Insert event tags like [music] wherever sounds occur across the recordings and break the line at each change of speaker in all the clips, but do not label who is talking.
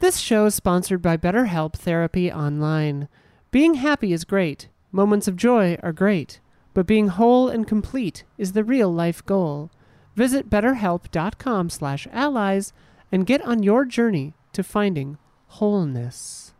This show is sponsored by BetterHelp Therapy Online. Being happy is great, moments of joy are great, but being whole and complete is the real life goal. Visit betterhelp.com/allies and get on your journey to finding wholeness.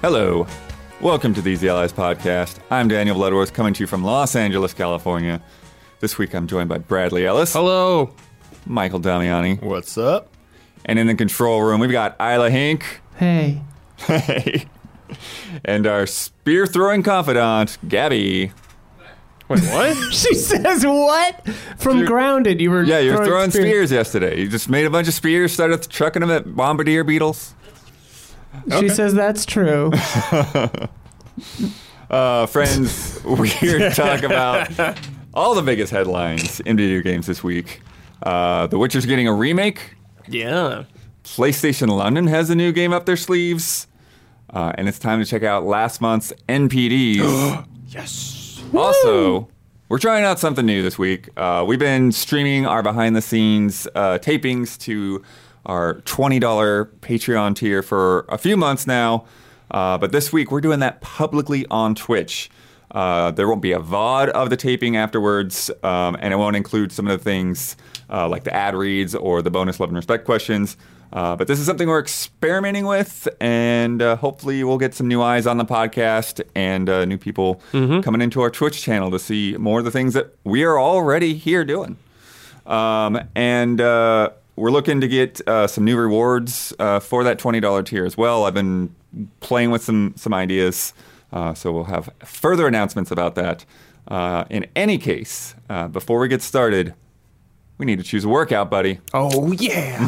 Hello. Welcome to the Easy Allies podcast. I'm Daniel Bloodworth coming to you from Los Angeles, California. This week I'm joined by Bradley Ellis,
Hello.
Michael Damiani,
What's up?
and in the control room we've got Isla Hink
Hey, [laughs]
hey, and our spear throwing confidant, Gabby.
Wait,
[laughs]
what?
she says what? From grounded, you were
Yeah, you're throwing, spears yesterday. You just made a bunch of spears, started chucking them at bombardier beetles.
She says that's
[laughs]
true.
Uh, [laughs] friends, we're here to talk about all the biggest headlines in video games this week. Uh, the Witcher's getting a remake.
yeah.
PlayStation London has a new game up their sleeves. Uh, and it's time to check out last month's NPDs.
Yes.
also, we're trying out something new this week. Uh, we've been streaming our behind the scenes uh, tapings to our $20 Patreon tier for a few months now. Uh, but this week, we're doing that publicly on Twitch. Uh, there won't be a VOD of the taping afterwards, um, and it won't include some of the things uh, like the ad reads or the bonus love and respect questions. Uh, but this is something we're experimenting with, and uh, hopefully, we'll get some new eyes on the podcast and uh, new people coming into our Twitch channel to see more of the things that we are already here doing. Um, and uh, we're looking to get uh, some new rewards uh, for that twenty dollar tier as well. I've been playing with some some ideas, uh, so we'll have further announcements about that. Uh, in any case, uh, before we get started, we need to choose a workout, buddy.
Oh yeah.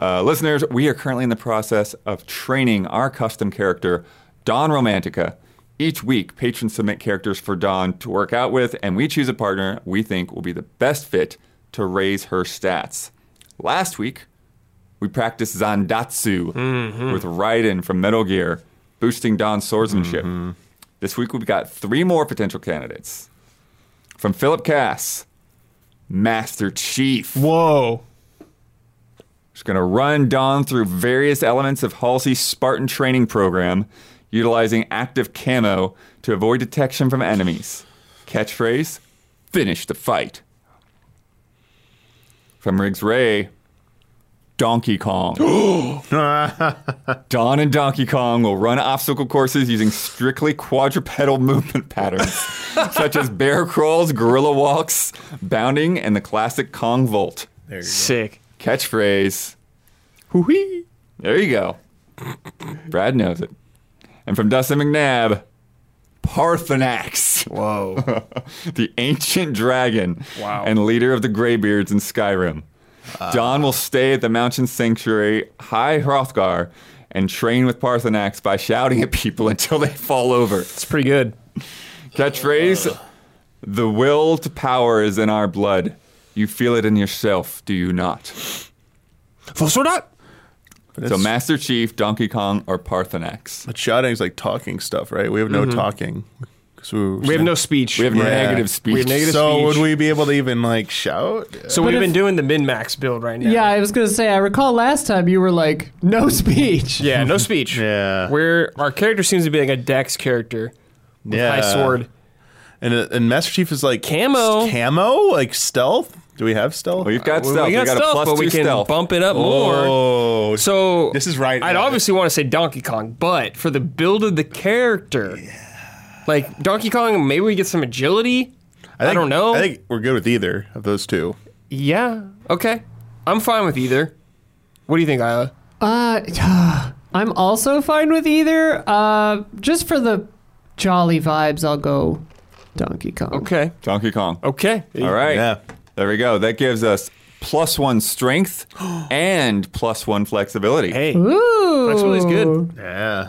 Uh, listeners, we are currently in the process of training our custom character, Don Romantica. Each week, patrons submit characters for Don to work out with, and we choose a partner we think will be the best fit to raise her stats. Last week, we practiced Zandatsu with Raiden from Metal Gear, boosting Don's swordsmanship. This week, we've got three more potential candidates from Philip Cass, Master Chief.
Whoa.
She's going to run Dawn through various elements of Halsey's Spartan training program, utilizing active camo to avoid detection from enemies. Catchphrase finish the fight. From Riggs Ray, Donkey Kong. [laughs] Dawn and Donkey Kong will run obstacle courses using strictly quadrupedal movement patterns, such as bear crawls, gorilla walks, bounding, and the classic Kong Volt.
Sick.
Catchphrase. Hoo-wee. There you go. Brad knows it. And from Dustin McNabb, Parthenax,
[laughs]
Whoa.
the ancient dragon
Wow.
and leader of the Greybeards in Skyrim. Don will stay at the mountain sanctuary High Hrothgar and train with Parthenax by shouting at people [laughs] until they fall over.
It's pretty good.
Catchphrase The will to power is in our blood. You feel it in yourself, do you not?
Full sword up.
So Master Chief, Donkey Kong, or Parthenax.
But shouting's like talking stuff, right? We have
Mm-hmm.
no talking. 'Cause We,
We have no speech.
We have negative speech.
We have negative
So
speech.
would we be able to even like shout?
So we've been doing the min max build right now.
yeah, I was gonna say. I recall last time you were like, no speech.
Yeah. No speech.
Yeah.
Where our character seems to be like a Dex character. With
Yeah.
High sword.
And uh, and Master Chief is like
Camo.
s- Camo, like stealth. Do we have stealth?
Well, you've got
Uh, We-
stealth.
We got,
a
stealth,
plus
but we
two
can
stealth.
bump it up more.
Oh,
So
This is right
I'd
now.
obviously want to say Donkey Kong, but for the build of the character, like Donkey Kong, maybe we get some agility. I,
think-
don't know.
I think we're good with either of those two.
yeah. Okay. I'm fine with either. What do you think, Isla?
Uh, I'm also fine with either. Uh, just for the jolly vibes, I'll go Donkey Kong.
Okay.
Donkey Kong.
Okay.
All right.
Yeah.
There we go. That gives us plus one
[gasps]
strength and plus one flexibility.
Hey,
Ooh,
flexibility is good.
Yeah.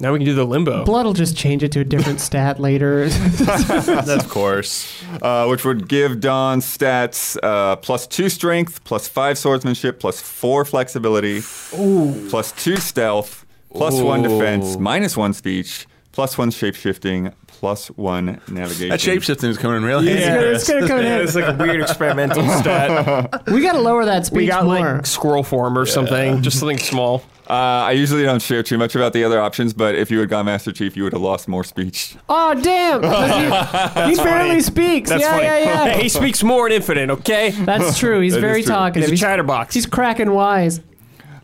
Now we can do the limbo.
Blood will just change it to a
[laughs]
different stat later.
[laughs] of course.
uh, which would give Don stats uh, plus two strength, plus five swordsmanship, plus four flexibility, plus two stealth, plus one defense, minus one speech, plus one shapeshifting, plus one navigation.
That shapeshifting is coming in real handy.
Yeah, it's gonna come in
Yeah, It's like a weird experimental stat.
we gotta lower that speech
We got
more.
like squirrel form or something, just something small.
[laughs]
Uh, I usually don't share too much about the other options, but if you had gone Master Chief, you would have lost more speech.
oh
[laughs]
damn! 'Cause He, he barely speaks. yeah, yeah, yeah.
Hey, [laughs] he speaks more in infinite. Okay,
That's true. He's
[laughs]
That
very
is true.
talkative.
he's a
He's,
chatterbox.
he's cracking wise.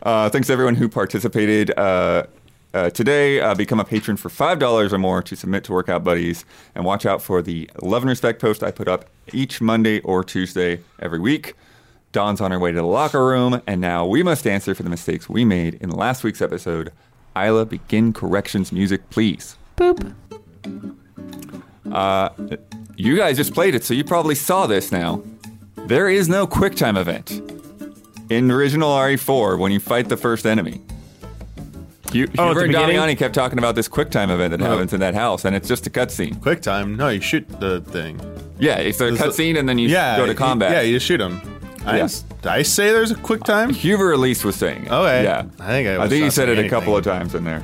Uh, thanks to everyone who participated uh, uh, today. Uh, become a patron for five dollars or more to submit to Workout Buddies, and watch out for the love and respect post I put up each Monday or Tuesday every week. Dawn's on her way to the locker room, and now we must answer for the mistakes we made in last week's episode. Isla, begin corrections music, please.
Boop.
You guys just played it, so you probably saw this now. There is no QuickTime event. In original RE4, when you fight the first enemy, you,
Oh, at
Hubert
the beginning?
Damiani kept talking about this QuickTime event
Oh.
that happens in that house, and it's just a cutscene.
Quick time. No, you shoot the thing.
Yeah, it's a
There's a-
cutscene, and then you
yeah.
go to
you-
combat.
yeah, you just shoot him. I,
Yeah.
s- did I say there's a quick time?
Huber at least was saying it.
Okay.
Yeah.
Oh, I think I
I
was
think he
not
said it
saying
a couple
anything.
of times in there.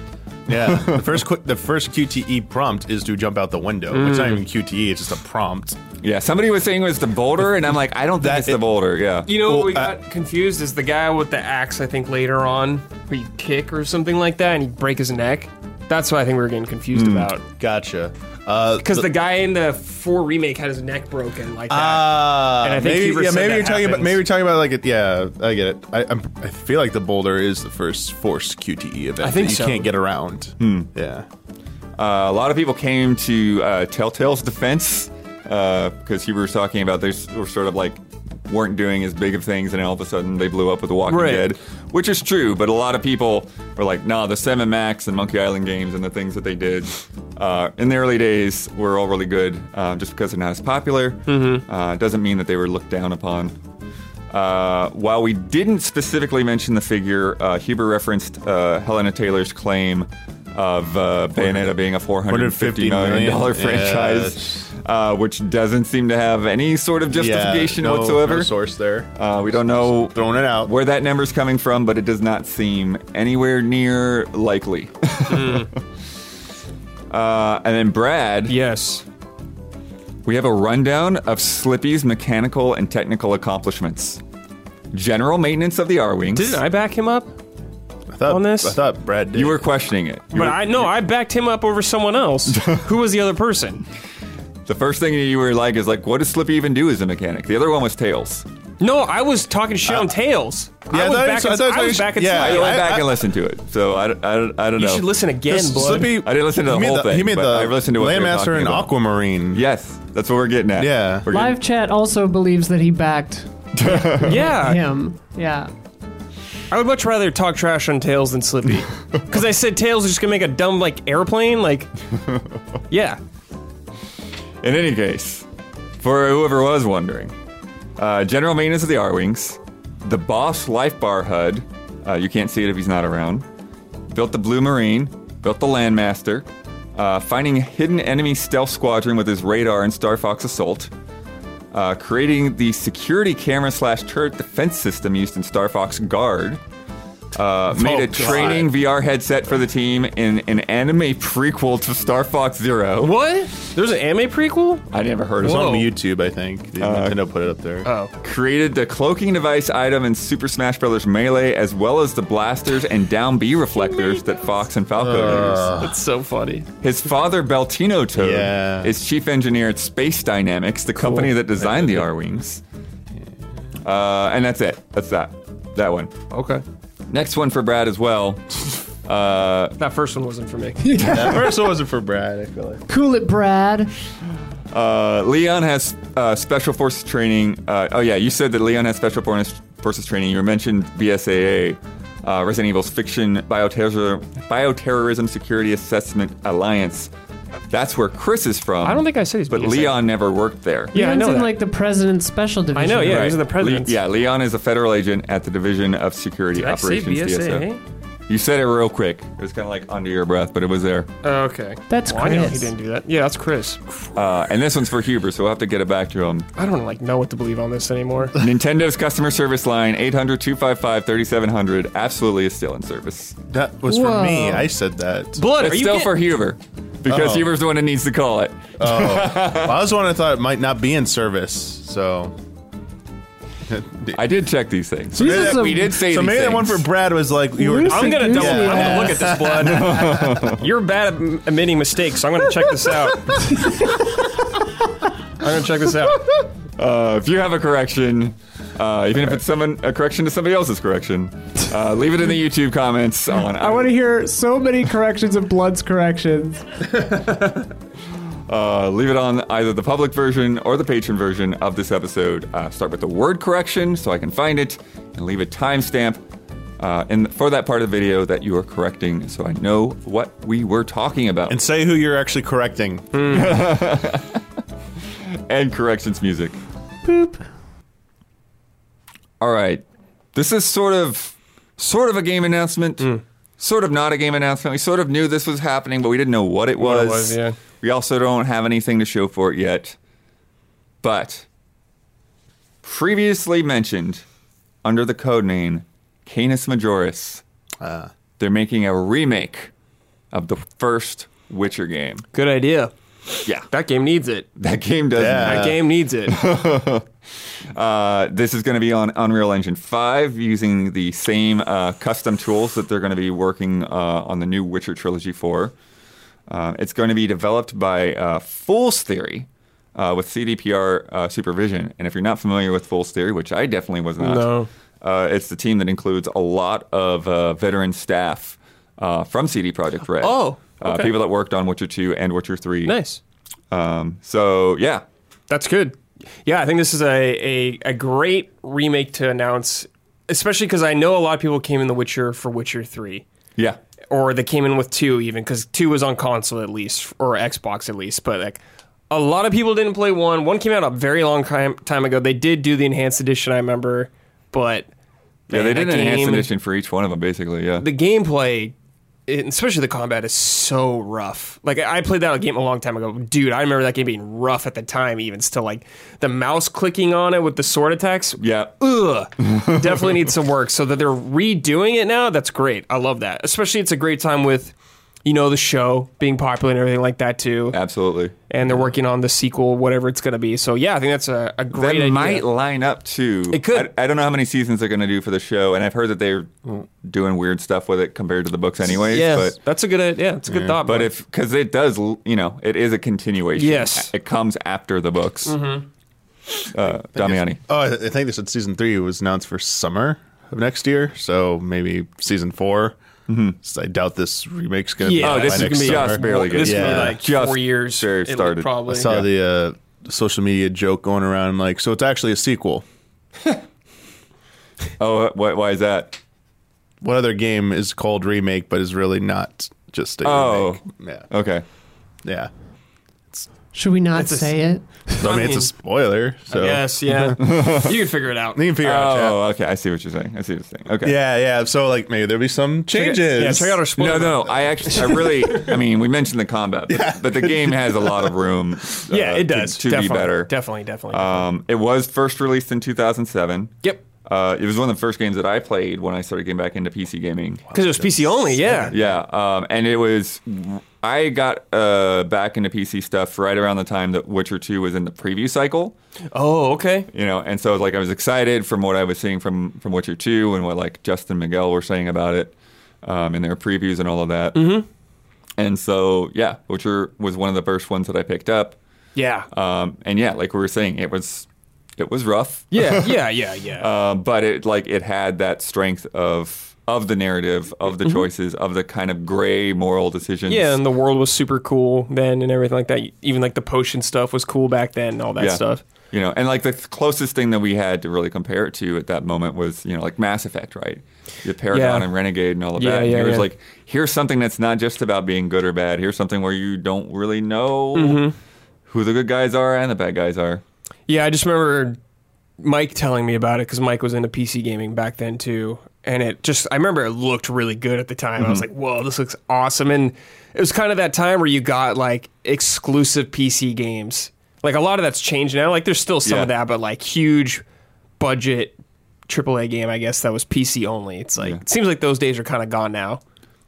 Yeah. The first quick, the first QTE prompt is to jump out the window. It's not even QTE. It's just a prompt.
Yeah, somebody was saying it was the boulder, and I'm like, I don't think
That-
it's the boulder. Yeah.
You know
Well,
what we
uh,
got confused is the guy with the axe. I think later on we kick or something like that, and he break his neck. That's what I think we were getting confused about.
Gotcha. Uh,
Because the guy in the four remake had his neck broken like that.
Ah,
And I think
maybe,
Huber
yeah,
said
maybe
that
you're talking about
happens.
maybe you're talking about like a, yeah, I get it. I, I'm, I feel like the boulder is the first forced QTE E event.
I think
that you
so.
can't get around. Yeah,
Uh, a lot of people came to uh, Telltale's defense because Huber was talking about they s- were sort of like weren't doing as big of things, and all of a sudden they blew up with The Walking
Right.
Dead, which is true. But a lot of people were like, "Nah, the Seven Max and Monkey Island games and the things that they did uh, in the early days were all really good. Uh, just because they're not as popular
Mm-hmm.
uh, doesn't mean that they were looked down upon." Uh, while we didn't specifically mention the figure, uh, Huber referenced uh, Helena Taylor's claim of uh, Bayonetta being a $450 million
Yeah.
franchise, uh, which doesn't seem to have any sort of justification
yeah, no,
whatsoever.
No source there.
uh, we don't know
Throwing it out.
where that number's coming from, but it does not seem anywhere near likely. [laughs] uh, and then Brad,
yes.
we have a rundown of Slippy's mechanical and technical accomplishments. General maintenance of the R Wings.
Didn't I back him up?
I thought,
on this?
I thought Brad did.
You were questioning it. You
But
were-
I no, I backed him up over someone else. Who was the other person?
the first thing you were like is like, what does Slippy even do as a mechanic? The other one was Tails.
No, I was talking shit on Tails.
Uh, yeah,
I
I
was
thought-
back.
I
I,
thought-
I was back.
yeah,
I,
Yeah,
went
I-
back
I-
and listened to it, so I, don't- I, don't- I don't
you
know.
should listen again,
Slippy-
blood.
Slippy-
I didn't listen to the
he made
whole thing,
He made
but
the
I've listened to what they were
Landmaster
talking
and
about.
Aquamarine.
Yes, that's what we're getting at.
Yeah.
We're
Live
getting,
chat also believes that he backed
yeah.
him. Yeah.
I would much rather talk trash on Tails
[laughs]
than Slippy. Because I said Tails is just gonna make a dumb like
[laughs]
airplane. Like, yeah.
in any case, for whoever was wondering, uh, general maintenance of the R wings, the boss life bar HUD. Uh, you can't see it if he's not around. Built the Blue Marine. Built the Landmaster. Uh, finding hidden enemy stealth squadron with his radar and Star Fox Assault. uh, creating the security camera slash turret defense system used in Star Fox Guard. Uh, made a
God.
training VR headset for the team in an anime prequel to Star Fox Zero.
What? There's an anime prequel?
I never heard of
It's
it.
on
Whoa.
YouTube, I think. The Nintendo put it up there.
Oh.
Created the cloaking device item in Super Smash Bros. Melee, as well as the blasters and down B reflectors that Fox and Falco use.
That's so funny.
His father, Beltino Toad,
Yeah.
is chief engineer at Space Dynamics, the company that designed the R Wings. Uh, and that's it. That's that. That one.
Okay.
Next one for Brad as well. Uh,
That first one wasn't
[laughs]
for me.
that first one wasn't for Brad. I feel like.
Cool it, Brad.
uh, Leon has uh, special forces training. Uh, oh yeah, you said that Leon has special forces forces training. You mentioned BSAA, uh, Resident Evil's fiction bioterror, bioterrorism security assessment alliance. That's where Chris is from.
I don't think I said he's
but
BSAA.
Leon never worked there.
Yeah, I
Leon's
know
in
that.
like the president's special division.
I know, yeah.
Right.
These are the presidents.
Le- yeah, Leon is a federal agent at the Division of Security
Did I say
Operations. DSO.
BSAA?
You said it real quick. It was kind of like under your breath, but it was there.
Oh, Okay.
That's
well, I know he
Chris.
didn't do that. Yeah, that's Chris.
Uh, and this one's for Huber, so we'll have to get it back to him.
I don't like know what to believe on this
[laughs]
anymore.
Nintendo's customer service line 800 255 3700 absolutely is still in service.
That was
Whoa.
for me. I said that.
Blood,
It's still for Huber because
Oh.
Huber's the one that needs to call it.
I was the one I thought it might not be in service. So
I did check these things.
This is a-
we did say
so
these
maybe that one for
things.
Brad was like you were.
Loose-
I'm gonna double.
Yeah.
I'm gonna look at
[laughs]
this blood. You're bad at m- admitting mistakes, so I'm gonna check this out. I'm gonna check this out.
Uh, if you have a correction, uh, even if it's someone a correction to somebody else's correction, uh, leave it in the YouTube comments. On
I want to hear so many corrections of Blood's corrections.
[laughs] uh, leave it on either the public version or the patron version of this episode. Uh, start with the word correction so I can find it, and leave a timestamp uh, in for that part of the video that you are correcting, so I know what we were talking about.
and say who you're actually correcting.
and corrections music.
Boop.
All right. This is sort of sort of a game announcement. Sort of not a game announcement. We sort of knew this was happening, but we didn't know what it was.
it was, yeah.
We also don't have anything to show for it yet. But previously mentioned under the code name Canis Majoris, they're making a remake of the first Witcher game.
Good idea.
Yeah.
That game needs it.
That game does
Yeah.
That game needs it.
Uh, this is going to be on Unreal Engine 5 using the same uh, custom tools that they're going to be working uh, on the new Witcher trilogy for. Uh, it's going to be developed by uh, Fool's Theory uh, with CDPR uh, supervision. And if you're not familiar with Fool's Theory, which I definitely was not,
No.
uh, it's the team that includes a lot of uh, veteran staff uh, from CD Projekt Red.
Oh,
Uh,
okay.
people that worked on Witcher 2 and Witcher 3.
[laughs] Nice.
Um, so, yeah.
That's good. Yeah, I think this is a, a, a great remake to announce, especially because I know a lot of people came in The Witcher for Witcher 3.
Yeah.
Or they came in with 2 even, because 2 was on console at least, or Xbox at least. But like a lot of people didn't play 1. 1 came out a very long time, time ago. They did do the enhanced edition, I remember. But
Yeah, they
man, that
did an enhanced
game-
edition for each one of them, basically. Yeah.
the gameplay, it- especially the combat, is so rough. Like I I played that game a long time ago, dude. I remember that game being rough at the time, even still. Like the mouse clicking on it with the sword attacks.
Yeah.
Ugh, definitely needs some work. So that they're redoing it now, that's great. I love that. Especially, it's a great time with, you know, the show being popular and everything like that too.
Absolutely.
And they're working on the sequel, whatever it's gonna be. So yeah, I think that's a, a
That
great idea.
might line up too.
It could. Mm.
I, I don't know how many seasons they're going to do for the show, and I've heard that they're doing weird stuff with it compared to the books, anyways.
Yes,
But
that's a good idea. Yeah, it's a good thought.
but
bud.
if because it does, l- you know, it is a continuation.
Yes. Mm-hmm.
it comes after the books. Uh, Damiani.
Oh, I, I think they said season three was announced for summer of next year. So maybe season 4 So I doubt Mm-hmm. this remake's gonna
Yeah.
be.
Oh,
out
this
by
is
next
gonna be
summer.
just barely good.
This would
Yeah.
be like
Just
four years
barely
it would
started.
I
Probably.
saw the uh, social media joke going around like, so it's actually a sequel.
Oh, what, why is that?
What other game is called remake but is really not just a
Oh.
remake? Yeah,
Okay.
yeah.
Should we not
It's a-
say it?
So, I mean, it's a spoiler.
[laughs]
So
Yes, yeah. you can figure it out.
you can figure out. chat.
Oh, okay. I see what you're saying. I see what you're saying. Okay.
Yeah, yeah. So like maybe there'll be some changes.
Yeah, check out our spoiler.
No, no. I actually, I really, I mean, we mentioned the combat,
[laughs]
but, but the game has a lot of room. uh,
Yeah, it
to-
does.
to, be
definitely,
better.
Definitely, definitely.
Um, it was first released in 2007.
Yep.
Uh, it was one of the first games that I played when I started getting back into PC gaming.
Because it was PC only, yeah.
Yeah, um, and it was I got uh, back into PC stuff right around the time that Witcher 2 was in the preview cycle,
Oh, okay.
you know, and so like I was excited from what I was seeing from from Witcher 2 and what like Justin Miguel were saying about it um, in their previews and all of that. Mm-hmm. And so yeah, Witcher was one of the first ones that I picked up,
Yeah.
um, and yeah, like we were saying, it was it was rough.
yeah, yeah,
[laughs]
yeah, yeah.
Uh, but it like it had that strength of of the narrative, of the choices, of the kind of gray moral decisions.
Mm-hmm. yeah, and the world was super cool then and everything like that. Even like the potion stuff was cool back then and all that
Yeah.
stuff.
You know, and like the closest thing that we had to really compare it to at that moment was you know like Mass Effect, right? The Paragon
Yeah.
and Renegade and all of
Yeah,
that. And
yeah,
here's
yeah.
like here's something that's not just about being good or bad. Here's something where you don't really know
Mm-hmm.
who the good guys are and the bad guys are.
Yeah, I just remember Mike telling me about it because Mike was into PC gaming back then too, and it just I remember it looked really good at the time. I was
Mm-hmm.
like, "Whoa, this looks awesome!" And it was kind of that time where you got like exclusive PC games. Like a lot of that's changed now. Like there's still some
Yeah.
of that, but like huge budget AAA game, I guess that was PC only. It's like it seems like those days are kind of gone now.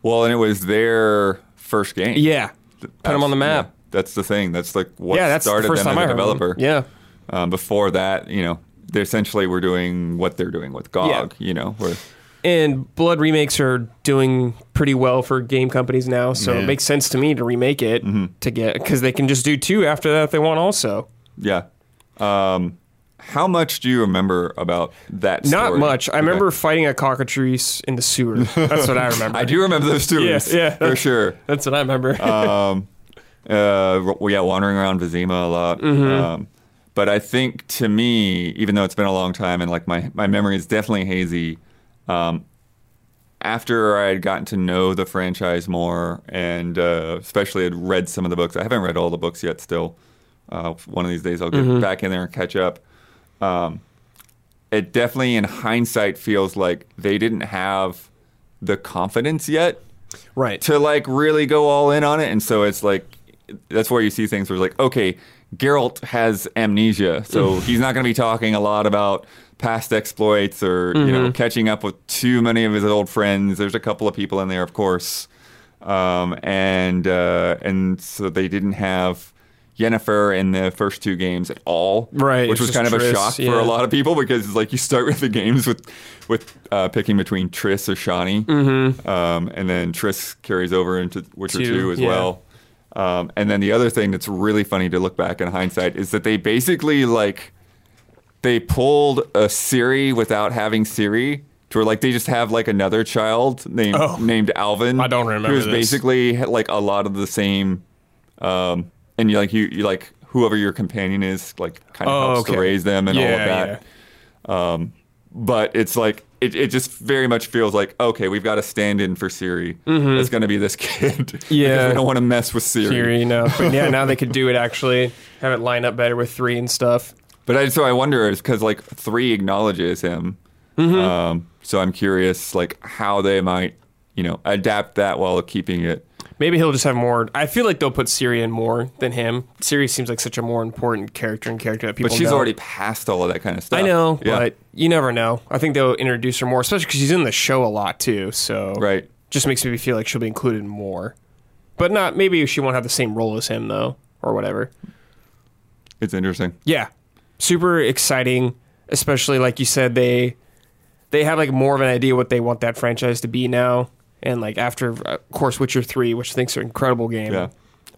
Well, and it was their first game.
Yeah, put them on the
That's-
map.
yeah, that's the thing. That's like what
Yeah, that's the
started
first
them
time I
as a
heard of 'em.
developer.
Yeah.
Um, before that, you know, they essentially were doing what they're doing with GOG. You know, where
And Blood remakes are doing pretty well for game companies now, so it makes sense to me to remake it
Mm-hmm.
to get because they can just do two after that if they want. Also,
yeah. Um, how much do you remember about that?
not
story?
much. I
Okay.
remember fighting a cockatrice in the sewer. That's
[laughs]
what I remember.
I do remember those two.
Yeah, yeah.
for sure.
That's what I remember.
uh, w- yeah, wandering around Vizima a lot. Um, but I think to me, even though it's been a long time and like my, my memory is definitely hazy, um, after I had gotten to know the franchise more and uh, especially had read some of the books, I haven't read all the books yet still. Uh, one of these days I'll get back in there and catch up. Um, it definitely, in hindsight, feels like they didn't have the confidence yet
[laughs] right.
to like really go all in on it. And so it's like that's where you see things where it's like, okay, Geralt has amnesia,
Mm.
so he's not going to be talking a lot about past exploits or you
Mm-hmm.
know catching up with too many of his old friends. There's a couple of people in there, of course, um, and uh, and so they didn't have. Yennefer in the first two games at all,
Right,
Which
it's
was
just
kind of a
Triss,
shock for a
yeah.
lot of people because it's like you start with the games with with uh, picking between Triss or Shawnee, um, and then Triss carries over into Witcher
Mm-hmm. Two,
Two, as
yeah.
well. Um, and then the other thing that's really funny to look back in hindsight is that they basically like they pulled a Siri without having Siri. To where like they just have like another child named named Alvin.
Oh. I don't remember
Who's
this.
basically like a lot of the same, um, and you like you, you like whoever your companion is like kind of
Oh,
helps
okay.
to raise them and all
Yeah,
of that Um,
yeah.
but it's like it, it just very much feels like okay we've got a stand-in for siri it's going to be this [laughs] kid
Mm-hmm. Yeah.
because we don't want to mess with siri,
Fury, no. But yeah, now they could do it actually. Have it line up better with three and stuff.
but I, so i wonder is because like three acknowledges him
Mm-hmm.
um, so i'm curious like how they might you know adapt that while keeping it
Maybe he'll just have more. I feel like they'll put Siri in more than him. Siri seems like such a more important character and character that people.
but she's
know.
already past all of that kind of stuff
I know,
Yeah.
but you never know. I think they'll introduce her more, especially because she's in the show a lot too. So
right
just makes me feel like she'll be included more, but not. Maybe she won't have the same role as him though, or whatever.
it's interesting
Yeah, super exciting. Especially like you said, they they have like more of an idea what they want that franchise to be now, and like after, of course, Witcher Three, which I think's an incredible game.
Yeah.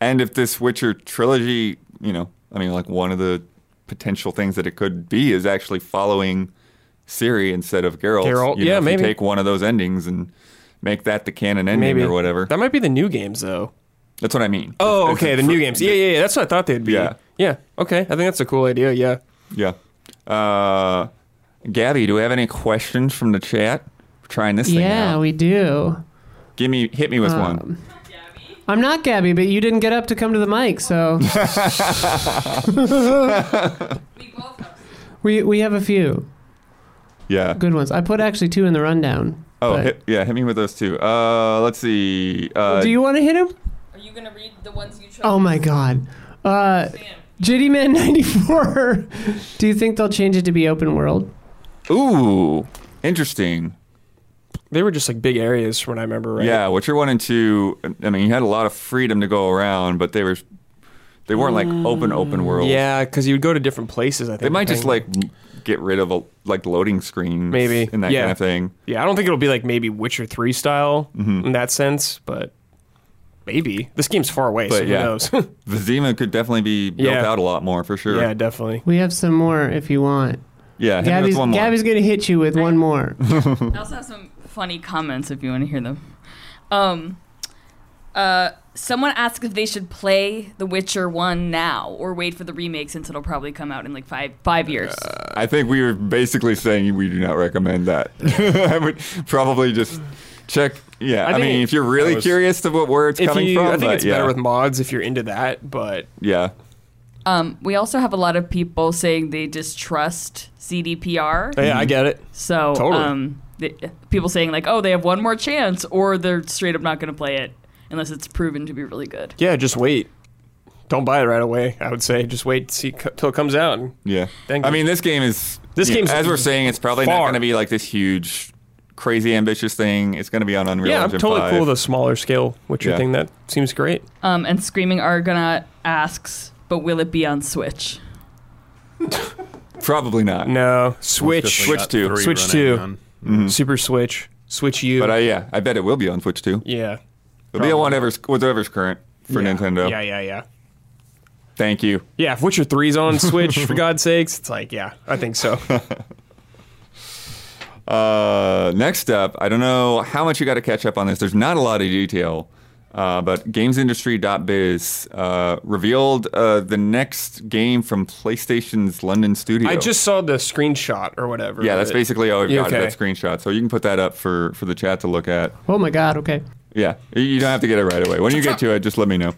And if this Witcher trilogy, you know, I mean, like one of the potential things that it could be is actually following Siri instead of Geralt.
Geralt,
You know,
yeah,
if
maybe.
You take one of those endings and make that the canon ending
Maybe
or whatever.
That might be the new games though.
That's what I mean.
Oh,
It's- it's
okay, the
fr-
new games. Yeah, yeah, yeah. That's what I thought they'd be.
Yeah.
yeah. Okay, I think that's a cool idea. Yeah.
Yeah. Uh, Gabby, do we have any questions from the chat? We're trying this thing
Yeah,
out.
we Um, do.
Give me, hit me with one.
I'm not Gabby, but you didn't get up to come to the mic,
[laughs]
so
We both have
we we have a few
Yeah.
good ones. I put actually two in the rundown.
Oh,
but-
hit, yeah. Hit me with those two. Uh, let's see. Uh,
do you want to hit him?
Are you gonna read the ones you chose?
Oh my God. Uh,
Sam.
JD Man 94. [laughs] do you think they'll change it to be open world?
ooh, interesting.
They were just like big areas from what I remember, right?
Yeah, Witcher one and two. I mean, you had a lot of freedom to go around, but they were they weren't like open open world.
Yeah, because you would go to different places. I think
they might
I
just
think.
like m- get rid of a, like loading screens,
Maybe.
and that
Yeah.
kind of thing.
Yeah, I don't think it'll be like maybe Witcher Three style
Mm-hmm.
in that sense, but maybe this game's far away, so
But
who
yeah.
knows?
Vizima could definitely be built
Yeah.
out a lot more for sure.
[laughs] yeah,
Yeah,
definitely.
We have some more if you want.
yeah. hit me with
Gabby's,
one more.
Gabby's going to hit you with one more.
I also have some funny comments if you want to hear them. Um, uh, someone asked if they should play The Witcher One now or wait for the remake since it'll probably come out in like five five years.
I think we were basically saying we do not recommend
[laughs]
that. I would probably just check. Yeah,
I
I,
think
mean,
it-
if you're really
that was-
curious to what, where it's
If
coming
you,
from,
I think
but
it's
yeah,
better with mods if you're into that, but
yeah.
Um, we also have a lot of people saying they distrust CDPR.
Yeah,
Mm-hmm.
I get it.
So
Totally.
um, the, people saying like, oh, they have one more chance, or they're straight up not going to play it unless it's proven to be really good.
Yeah, just wait. Don't buy it right away. I would say just wait see co- till it comes out. and-
Yeah.
Thank
I
you.
mean, this game is
This
yeah,
game's
as we're saying, it's probably not
far.
going to be like this huge, crazy, ambitious thing. It's going to be on Unreal
Yeah, I'm
Engine
totally
5.
cool with a smaller scale Witcher
Yeah.
thing. That seems great.
Um, and Screaming Argonaut asks, but will it be on Switch?
Probably not.
No, Switch,
Switch two.
Switch two. Super Switch, Switch U.
Mm-hmm. But I, yeah, I bet it will be on Switch too.
yeah,
It'll be on whatever's, whatever's current for
Yeah.
Nintendo.
Yeah, yeah, yeah.
Thank you.
Yeah, if Witcher 3's on Switch,
[laughs]
for God's sakes, it's like, yeah, I think so.
Uh, next up, I don't know how much you got to catch up on this. There's not a lot of detail, uh, but GamesIndustry.biz uh, revealed uh, the next game from PlayStation's London studio.
I just saw the screenshot or whatever.
yeah,
of
that's
it.
basically all we've
Yeah,
got
okay.
is that screenshot. So you can put that up for for the chat to look at.
Oh my god, okay.
Yeah, you- you don't have to get it right away. When you get to it, just let me know.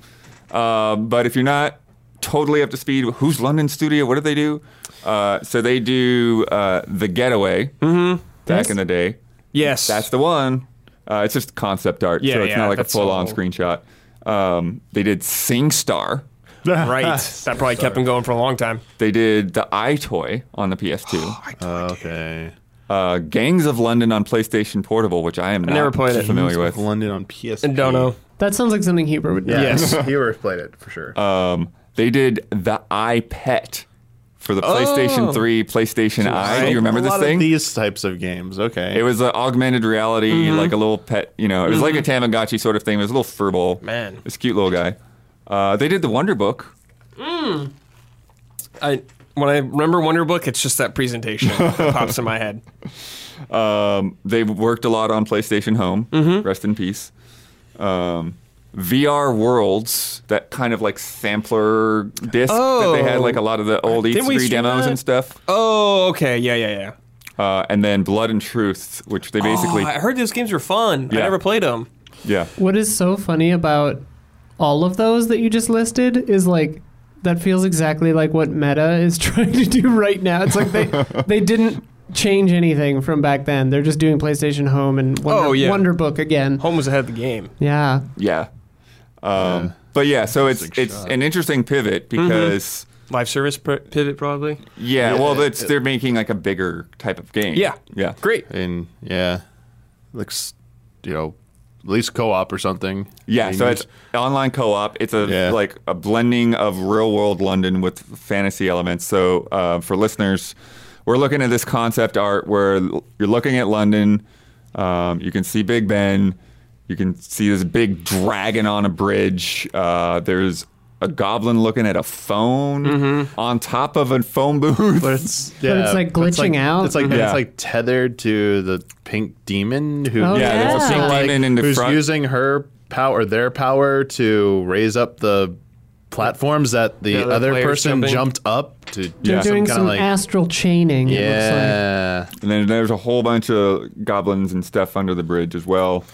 Uh, but if you're not totally up to speed, who's London Studio? What do they do? Uh, so they do uh, The Getaway
Mm-hmm.
back in the day.
Yes.
That's the one. Uh, it's just concept art,
Yeah,
so it's
yeah,
not like a
that's
full on
all.
screenshot. Um, they did SingStar.
[laughs]
[laughs]
right. That probably kept him going for a long time.
They did the iToy on the
Oh,
PS2.
Okay.
Uh, Gangs of London on PlayStation Portable, which I am not
never played it.
familiar with.
London on PS.
And don't know.
That sounds like something Huber would do.
[laughs]
Yes.
Hubert played it for sure.
Um, they did the iPet for the PlayStation
Oh.
3, PlayStation I. Do you remember
a
this
lot
thing?
Of these types of games. Okay.
it was an augmented reality,
Mm-hmm.
like a little pet, you know, it was like a Tamagotchi sort of thing. It was a little furball.
Man.
This cute little guy. Uh, they did the Wonder Book.
I when I remember Wonder Book, it's just
[laughs]
that presentation that pops in my head.
Um, they worked a lot on PlayStation Home.
Mm-hmm.
Rest in peace. Um, VR Worlds, that kind of like sampler disc that they had,
Oh.
like a lot of the old
Didn't we
E3
stream
demos
that?
and stuff.
Oh, okay. Yeah, yeah, yeah.
Uh, and then Blood and Truth, which they basically,
Oh, I heard those games were fun.
Yeah.
I never played them.
yeah.
What is so funny about all of those that you just listed is like that feels exactly like what Meta [laughs] is trying to do right now. It's like they they didn't change anything from back then. They're just doing PlayStation Home and Wonder,
Oh, yeah.
Wonder Book again.
Home was ahead of the game.
Yeah.
Yeah. Um, But yeah, so it's
Sick
it's
shot.
an interesting pivot because
Live service pr- pivot, probably.
yeah,
Yeah,
well,
it-
it's they're making like a bigger type of game.
Yeah.
yeah,
Great.
And yeah, looks you know, at least co-op or something.
yeah.
And
So
you
it's
just-
online co-op. It's a
Yeah.
like a blending of real world London with fantasy elements. So uh, for listeners, we're looking at this concept art where l- you're looking at London. Um, you can see Big Ben. You can see this big dragon on a bridge. Uh, there's a goblin looking at a phone on top of a phone booth. [laughs]
But it's yeah,
But it's, like, glitching out.
It's like
Yeah.
it's like tethered to the pink demon who
Oh,
Yeah, there's a
Yeah.
pink
Like,
demon in the
who's
front.
using her power, their power to raise up the platforms that the
Yeah, the
other
players
person
jumping.
jumped up to.
They're
Yeah.
do
doing
kinda
some
like,
astral chaining. it looks like.
yeah.
and then there's a whole bunch of goblins and stuff under the bridge as well.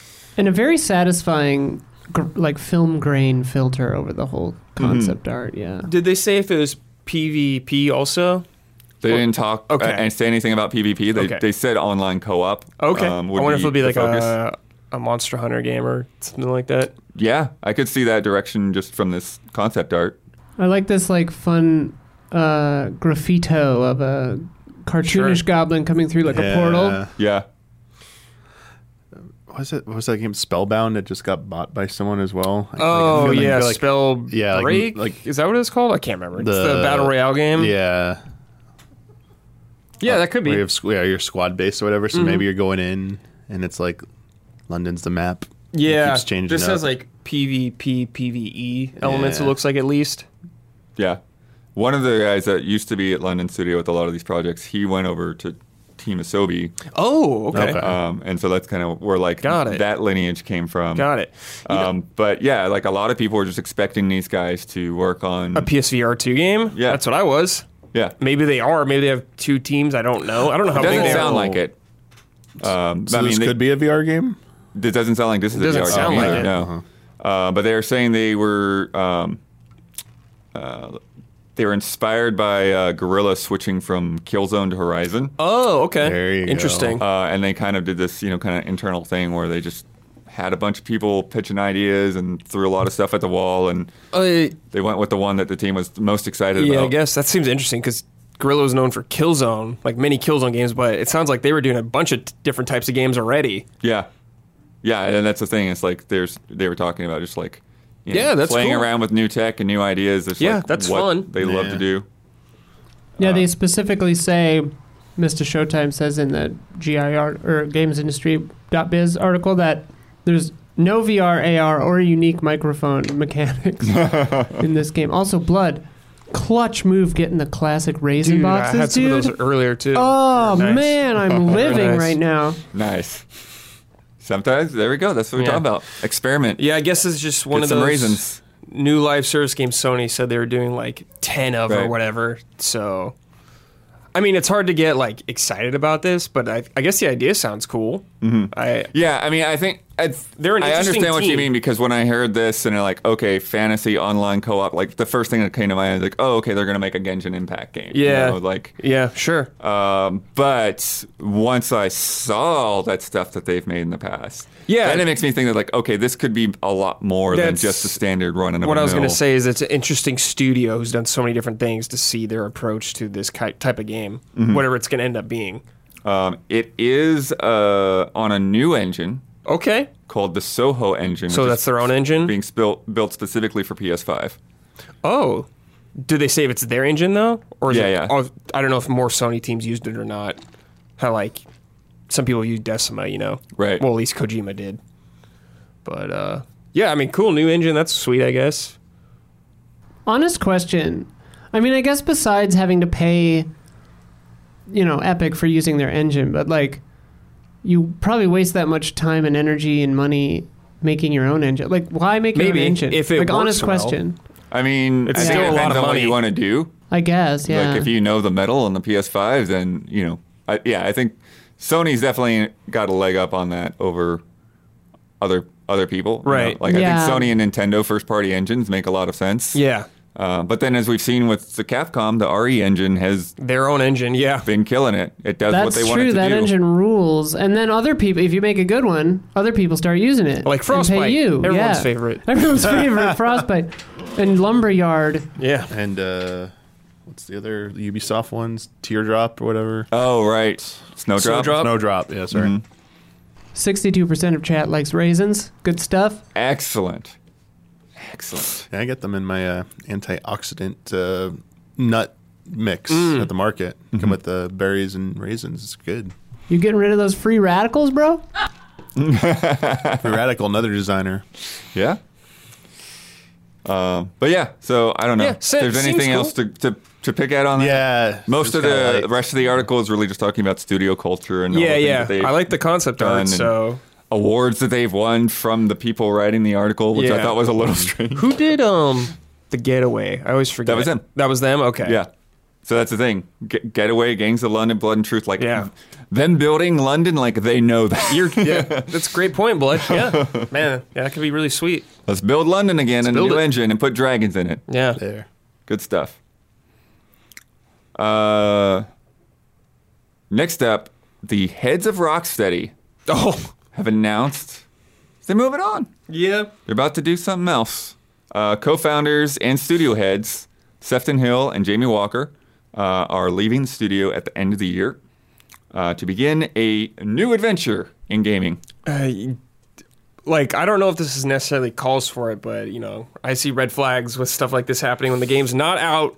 and a very satisfying gr- like film grain filter over the whole concept art yeah
Did they say if it was PvP also?
They didn't talk
okay.
uh, and say anything about PvP. They,
Okay.
they said online co-op.
Okay.
um,
I
would
wonder if it'll be
the
like uh,
focus.
a, a Monster Hunter game or something like that.
yeah. I could see that direction just from this concept art.
i like this like fun uh graffito of a cartoonish
Sure.
goblin coming through like a portal
Yeah.
Yeah,
What was it? What was that game? Spellbound that just got bought by someone as well. I- like, I
Oh
feel like- I
yeah,
feel like-
spell
yeah, like-
break.
like-
is that what it's called? I can't remember. it's the
The-
battle royale game.
yeah,
yeah, that could
Where you
be. Mm-hmm.
have squ- yeah, your squad based or whatever. So maybe you're going in, and it's like London's the map.
Yeah,
keeps changing
this
up.
has like PvP, PvE E elements. It
Yeah.
looks like at least.
yeah. One of the guys that used to be at London Studio with a lot of these projects, he went over to Team Asobi,
Oh, okay,
Okay.
um, and so that's kind of where like
Got it.
that lineage came from.
got it. You know,
Um, but yeah, like a lot of people were just expecting these guys to work on.
a PSVR two game.
Yeah.
that's what I was.
yeah,
Maybe they are. Maybe they have two teams. I don't know. I don't know how big
doesn't
they
sound
are.
like it. Um,
So
I mean,
this
they-
could be a VR game.
This doesn't sound like this is
doesn't
a VR
sound
game
like
either,
it.
No, uh, but they are saying they were um, uh, They were inspired by uh, Gorilla switching from Killzone to Horizon,
Oh, okay.
There you go.
Interesting.
uh, and they kind of did this, you know, kind of internal thing where they just had a bunch of people pitching ideas and threw a lot of stuff at the wall, and
Uh,
they went with the one that the team was most excited
yeah,
about.
I guess that seems interesting because Gorilla was known for Killzone, like many Killzone games, but it sounds like they were doing a bunch of t- different types of games already.
Yeah, yeah, and that's the thing. It's like there's they were talking about just like you know,
Yeah, that's
playing
cool.
around with new tech and new ideas. It's
Yeah,
like
that's
what
fun.
They love
Yeah.
to do.
Yeah,
Um,
they specifically say, Mr. Showtime says in the GIR or GamesIndustry.biz article that there's no VR, AR, or unique microphone [laughs] mechanics
[laughs]
in this game. Also, blood, clutch move, getting the classic raisin boxes,
I had some
dude.
of those earlier too.
Oh
Nice.
man,
[laughs]
I'm living
Nice.
right now.
Nice. Sometimes there we go. That's what we're
Yeah.
talking about. Experiment.
Yeah, I guess it's just one
Get
of
some
those
raisins.
new live service games Sony said they were doing like 10 of or
Right.
whatever. So, I mean, it's hard to get like excited about this, but I, I guess the idea sounds cool.
Mm-hmm.
I
Yeah, I mean, I think I,
They're an
I
interesting
understand what you
team.
mean because when I heard this and they're like, okay, fantasy online co-op, like the first thing that came to mind is like, oh, okay, they're gonna make a Genshin Impact game. you
Yeah.
know, like
yeah, sure.
Um, but once I saw all that stuff that they've made in the past,
Yeah.
then it makes me think that like, okay, this could be a lot more than
That's
just a standard run. And
What I was going to say is it's an interesting studio who's done so many different things to see their approach to this ki- type of game,
Mm-hmm.
whatever it's going to end up being.
um, it is uh, on a new engine
Okay.
called the Soho engine.
So
which
that's
is
their own engine?
being spil- built specifically for PS5.
Oh. Do they say if it's their engine though? Or is
Yeah,
it,
yeah.
oh, I don't know if more Sony teams used it or not. How like some people use Decima, you know.
Right.
Well, at least Kojima did. But uh yeah, I mean cool new engine, that's sweet, I guess.
Honest question. I mean, I guess besides having to pay, you know, Epic for using their engine, but like, you probably waste that much time and energy and money making your own engine. Like, why make your
Maybe,
own engine?
if it
like, honest
works well.
question.
I mean,
It's
I think
still
it
a lot
depends on
of
what
money.
you want to do.
I guess, yeah.
Like if you know the metal on the PS5, then you know. I, yeah, I think Sony's definitely got a leg up on that over other other people. you know?
Right.
Like I
Yeah.
think Sony and Nintendo first party engines make a lot of sense.
Yeah.
Uh, but then as we've seen with the Capcom, the RE engine has
Their own engine, yeah.
been killing it. It does what
That's
they want it
true.
to
That
do.
engine rules, and then other people. If you make a good one, other people start using it.
Like
and
Frostbite,
pay you.
everyone's
Yeah.
favorite.
[laughs] Everyone's favorite. Frostbite and Lumberyard.
Yeah.
And uh, what's the other Ubisoft ones? Teardrop or whatever.
Oh right, Snowdrop.
Snowdrop.
Snowdrop. Yeah, sorry.
Sixty-two percent of chat likes raisins. Good stuff.
Excellent. Excellent.
Yeah, I get them in my uh, antioxidant uh, nut mix
Mm.
at the market. Come with the berries and raisins. It's good.
You getting rid of those free radicals, bro?
Free Radical, another designer.
Yeah. Um, but yeah, so I don't know
Yeah,
if
se-
there's
seems
anything
cool.
else to, to, to pick out on that.
Yeah.
Most of
it's kinda
the
like-
rest of the article is really just talking about studio culture and all
Yeah,
the things
yeah.
that they've-
I like the concept
done
art,
and-
so
awards that they've won from the people writing the article, which I
Yeah.
thought was a little [laughs] strange.
who did um the getaway? I always forget.
was them.
That was them? Okay.
yeah. So that's the thing. G- Getaway, Gangs of London, Blood and Truth, like
Yeah.
them building London, like they know that.
You're, [laughs] yeah, that's a great point, Blood. Yeah, man, yeah, that could be really sweet.
Let's build London again and a
build
new
it.
engine and put dragons in it.
Yeah,
There.
Good stuff. Uh, next up, the heads of Rocksteady
Oh,
have announced they're moving on.
yeah.
They're about to do something else. Uh, co-founders and studio heads Sefton Hill and Jamie Walker uh, are leaving the studio at the end of the year uh, to begin a new adventure in gaming.
Uh, like, I don't know if this is necessarily calls for it, but you know, I see red flags with stuff like this happening when the game's not out,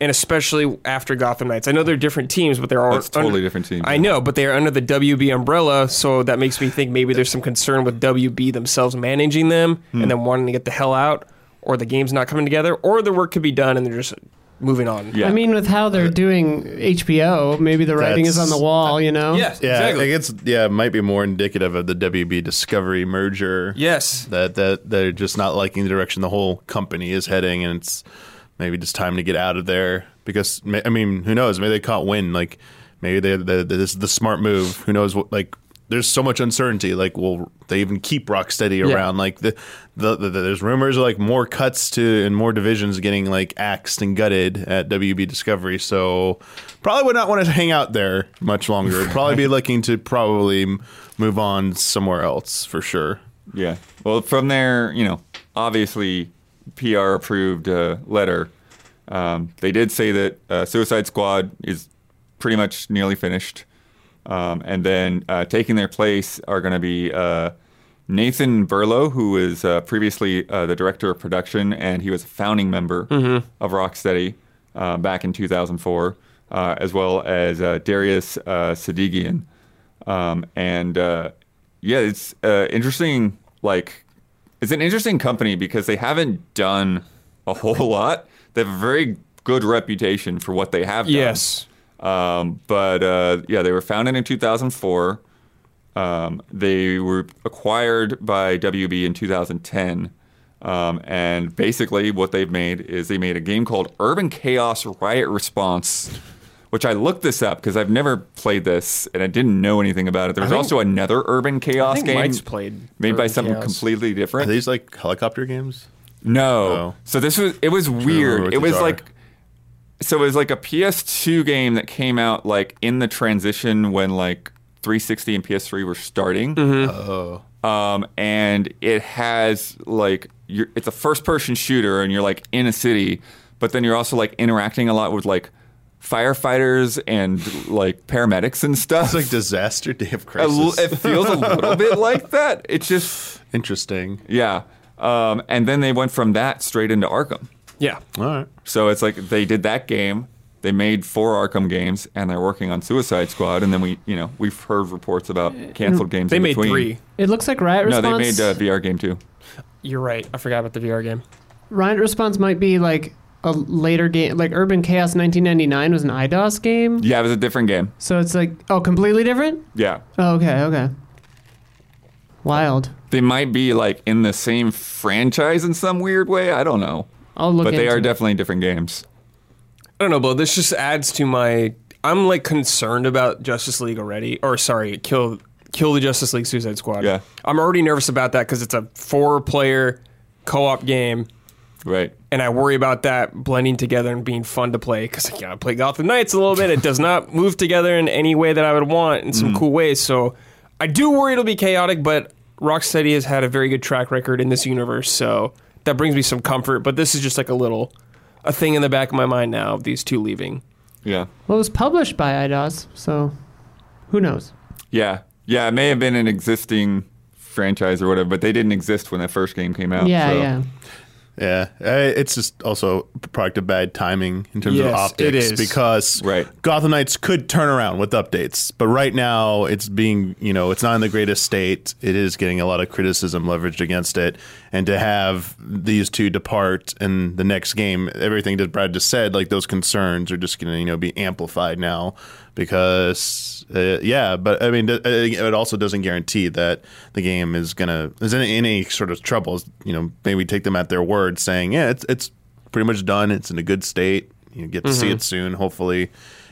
and especially after Gotham Knights. I know they're different teams, but there are
That's totally different teams,
I
yeah.
know, but they are under the WB umbrella, so that makes me think maybe there's some concern with WB themselves managing them
Hmm.
and then wanting to get the hell out, or the game's not coming together, or the work could be done and they're just moving on.
Yeah. Uh,
I mean, with how they're doing HBO, maybe the writing is on
That's-
the wall. You know.
Yes,
Yeah,
exactly.
I guess yeah, it might be more indicative of the WB Discovery merger.
Yes.
That that they're just not liking the direction the whole company is heading, and it's maybe just time to get out of there. Because ma- I mean, who knows? Maybe they caught wind. Like maybe they, they, they- this is the smart move. Who knows? What like there's so much uncertainty. Like, will they even keep Rocksteady
Yeah.
around? Like the, the, the, there's rumors of like more cuts to and more divisions getting like axed and gutted at WB Discovery. So probably would not want to hang out there much longer. Would Probably
[laughs]
be looking to probably m- move on somewhere else for sure.
Yeah. Well, from there, you know, obviously PR approved uh, letter. Um, they did say that uh, Suicide Squad is pretty much nearly finished. Um, and then uh, taking their place are going to be uh, Nathan Burlow, who was uh, previously uh, the director of production, and he was a founding member of Rocksteady uh, back in 2004, uh, as well as uh, Darius uh, Sadigian. Um, and uh, yeah, it's uh, interesting. Like, it's an interesting company because they haven't done a whole [laughs] lot. They have a very good reputation for what they have done.
Yes.
Um, but uh, yeah, they were founded in 2004. Um, they were acquired by WB in 2010. Um, and basically, what they've made is they made a game called Urban Chaos Riot Response, which I looked this up because I've never played this and I didn't know anything about it. There was
think-
also another Urban Chaos
think
game
Mike's played
made by
Urban
something
Chaos.
completely
Are
different.
these like helicopter games?
No.
Oh.
So this was it was
remember
weird.
what
It
these
was
are.
like so it was like a PS2 game that came out like in the transition when like 360 and PS3 were starting.
Oh,
Um, and it has like you're, it's a first-person shooter, and you're like in a city, but then you're also like interacting a lot with like firefighters and like paramedics and stuff.
it's like disaster day of
A l-
crisis.
it feels a little bit like that. It's just
Interesting.
yeah. Um, and then they went from that straight into Arkham.
Yeah.
All right.
So it's like they did that game. They made four Arkham games, and they're working on Suicide Squad. And then we, you know, we've heard reports about canceled games.
They
in
made
between.
three.
It looks like Riot
No,
Response.
they made uh, a VR game too.
You're right. I forgot about the VR game.
Riot Response might be like a later game, like Urban Chaos 1999 was an IDOS game.
Yeah, it was a different game.
So it's like oh, completely different.
Yeah,
Oh, okay, okay. Wild.
they might be like in the same franchise in some weird way. I don't know,
I'll look.
but they
into
are
it.
definitely different games.
I don't know, but this just adds to my. I'm like concerned about Justice League already, or sorry, kill kill the Justice League Suicide Squad.
Yeah.
I'm already nervous about that because it's a four player co-op game,
Right?
and I worry about that blending together and being fun to play because I gotta play Gotham Knights a little bit. It [laughs] does not move together in any way that I would want in some cool ways. So I do worry it'll be chaotic, but Rocksteady has had a very good track record in this universe, so that brings me some comfort. But this is just like a little a thing in the back of my mind now of these two leaving.
Yeah,
Well, it was published by IDOS, so who knows?
yeah, yeah. It may have been an existing franchise or whatever, but they didn't exist when that first game came out.
yeah,
Oh, so.
yeah.
Yeah, uh, it's just also a product of bad timing in terms of
Yes,
optics
it is.
because
Right.
Gotham Knights could turn around with updates, but right now it's being you know it's not in the greatest state. It is getting a lot of criticism leveraged against it, and to have these two depart in the next game, everything that Brad just said, like those concerns are just going to you know be amplified now because uh, yeah, but I mean th- uh, it also doesn't guarantee that the game is gonna is in any sort of troubles. You know, maybe take them at their word, saying yeah, it's it's pretty much done. It's in a good state. You get to see it soon, hopefully.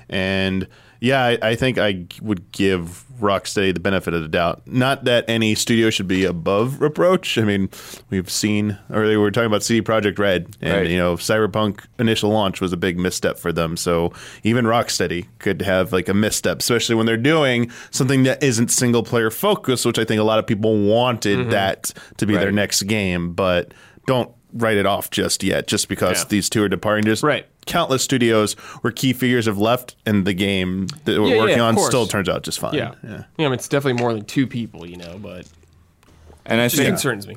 And yeah, I, I think I g- would give Rocksteady the benefit of the doubt. Not that any studio should be above reproach. I mean, we've seen earlier we were talking about CD Project Red, and
Right.
you know, Cyberpunk initial launch was a big misstep for them. So even Rocksteady could have like a misstep, especially when they're doing something that isn't single player focused, which I think a lot of people wanted
Mm-hmm.
that to be their
Right.
next game, but don't write it off just yet, just because
Yeah.
these two are departing. Just
Right.
countless studios where key figures have left and the game that we're
Yeah, yeah,
working
of
on
course.
still turns out just fine.
Yeah. yeah. I mean, it's definitely more than two people, you know, but it
And I
just
think
concerns me.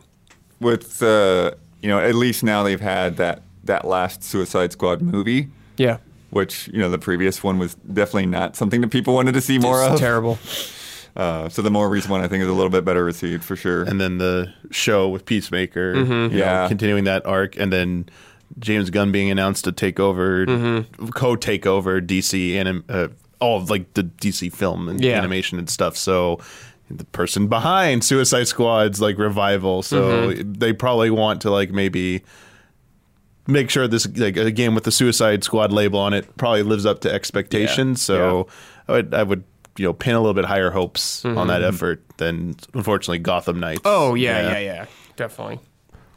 with uh, you know at least now they've had that that last Suicide Squad movie,
Yeah.
which you know the previous one was definitely not something that people wanted to see more
It's
of.
terrible.
Uh, so the more recent one I think is a little bit better received for sure.
And then the show with Peacemaker,
Mm-hmm.
you know,
Yeah.
uh, continuing that arc, and then James Gunn being announced to take over,
Mm-hmm.
co take over DC anim- uh, all of like the DC film and
Yeah.
animation and stuff. So the person behind Suicide Squad's like revival, so
Mm-hmm.
they probably want to like maybe make sure this like a game with the Suicide Squad label on it probably lives up to expectations. So I, would, I would you know pin a little bit higher hopes on that effort than unfortunately Gotham Knights.
Mm-hmm. Oh yeah, yeah, yeah, definitely.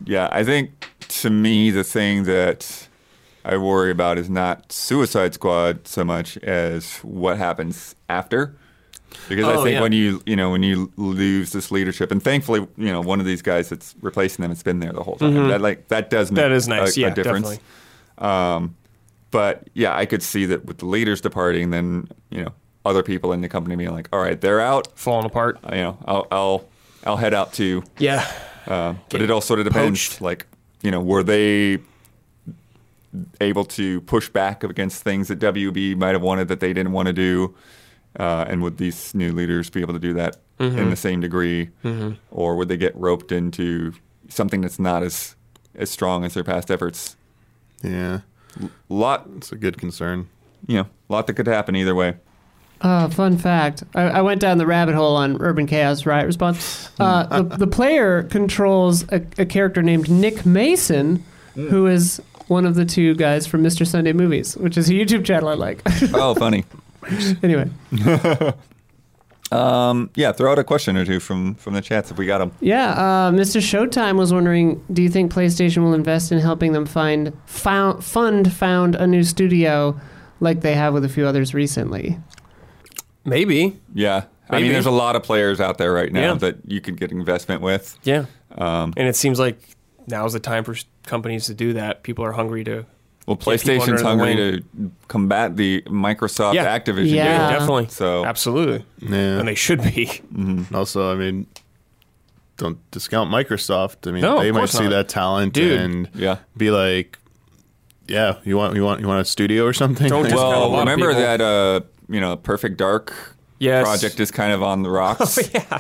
Yeah, I think to me the thing that I worry about is not Suicide Squad so much as what happens after. Because I
Oh,
think
yeah.
when you you know when you lose this leadership, and thankfully you know one of these guys that's replacing them has been there the whole time. That like that does make
Mm-hmm. That is nice.
a,
yeah,
a difference. Um,
definitely.
But yeah, I could see that with the leaders departing, then you know other people in the company being like, all right, they're out.
Falling apart.
You know, I'll I'll I'll head out to
Yeah.
um, but it all sort of depends.
poached.
Like, you know, were they able to push back against things that WB might have wanted that they didn't want to do? Uh, and would these new leaders be able to do that in the same degree? Or would they get roped into something that's not as, as strong as their past efforts?
yeah,
Lot,
it's a good concern.
you know, lot that could happen either [laughs] way.
Uh, fun fact: I, I went down the rabbit hole on Urban Chaos Riot Response. Uh, the, the player controls a, a character named Nick Mason, who is one of the two guys from Mr. Sunday Movies, which is a YouTube channel I like. [laughs]
Oh, funny.
anyway,
Um, yeah, throw out a question or two from, from the chats if we got them.
yeah, uh, Mr. Showtime was wondering: Do you think PlayStation will invest in helping them find found, fund found a new studio, like they have with a few others recently?
Maybe.
Yeah. I mean,
Maybe.
there's a lot of players out there right now
Yeah.
that you could get investment with.
Yeah.
Um,
And it seems like now's the time for s- companies to do that. People are hungry to.
Well,
Get people under
PlayStation's
the
hungry to combat the Microsoft
Yeah.
Activision
Yeah.
deal.
Definitely.
So
Absolutely.
Yeah.
Mm-hmm. And they should be.
Also, I mean, don't discount Microsoft. I mean,
No,
they
of
might
course
see
not.
that talent
Dude.
and
Yeah.
be like, "Yeah, you want you want you want a studio or something?" [laughs]
Don't just- a lot
well,
of
remember
people.
that uh, you know Perfect Dark
Yes. Oh,
project is kind of on
[laughs]
the rocks.
yeah. Uh,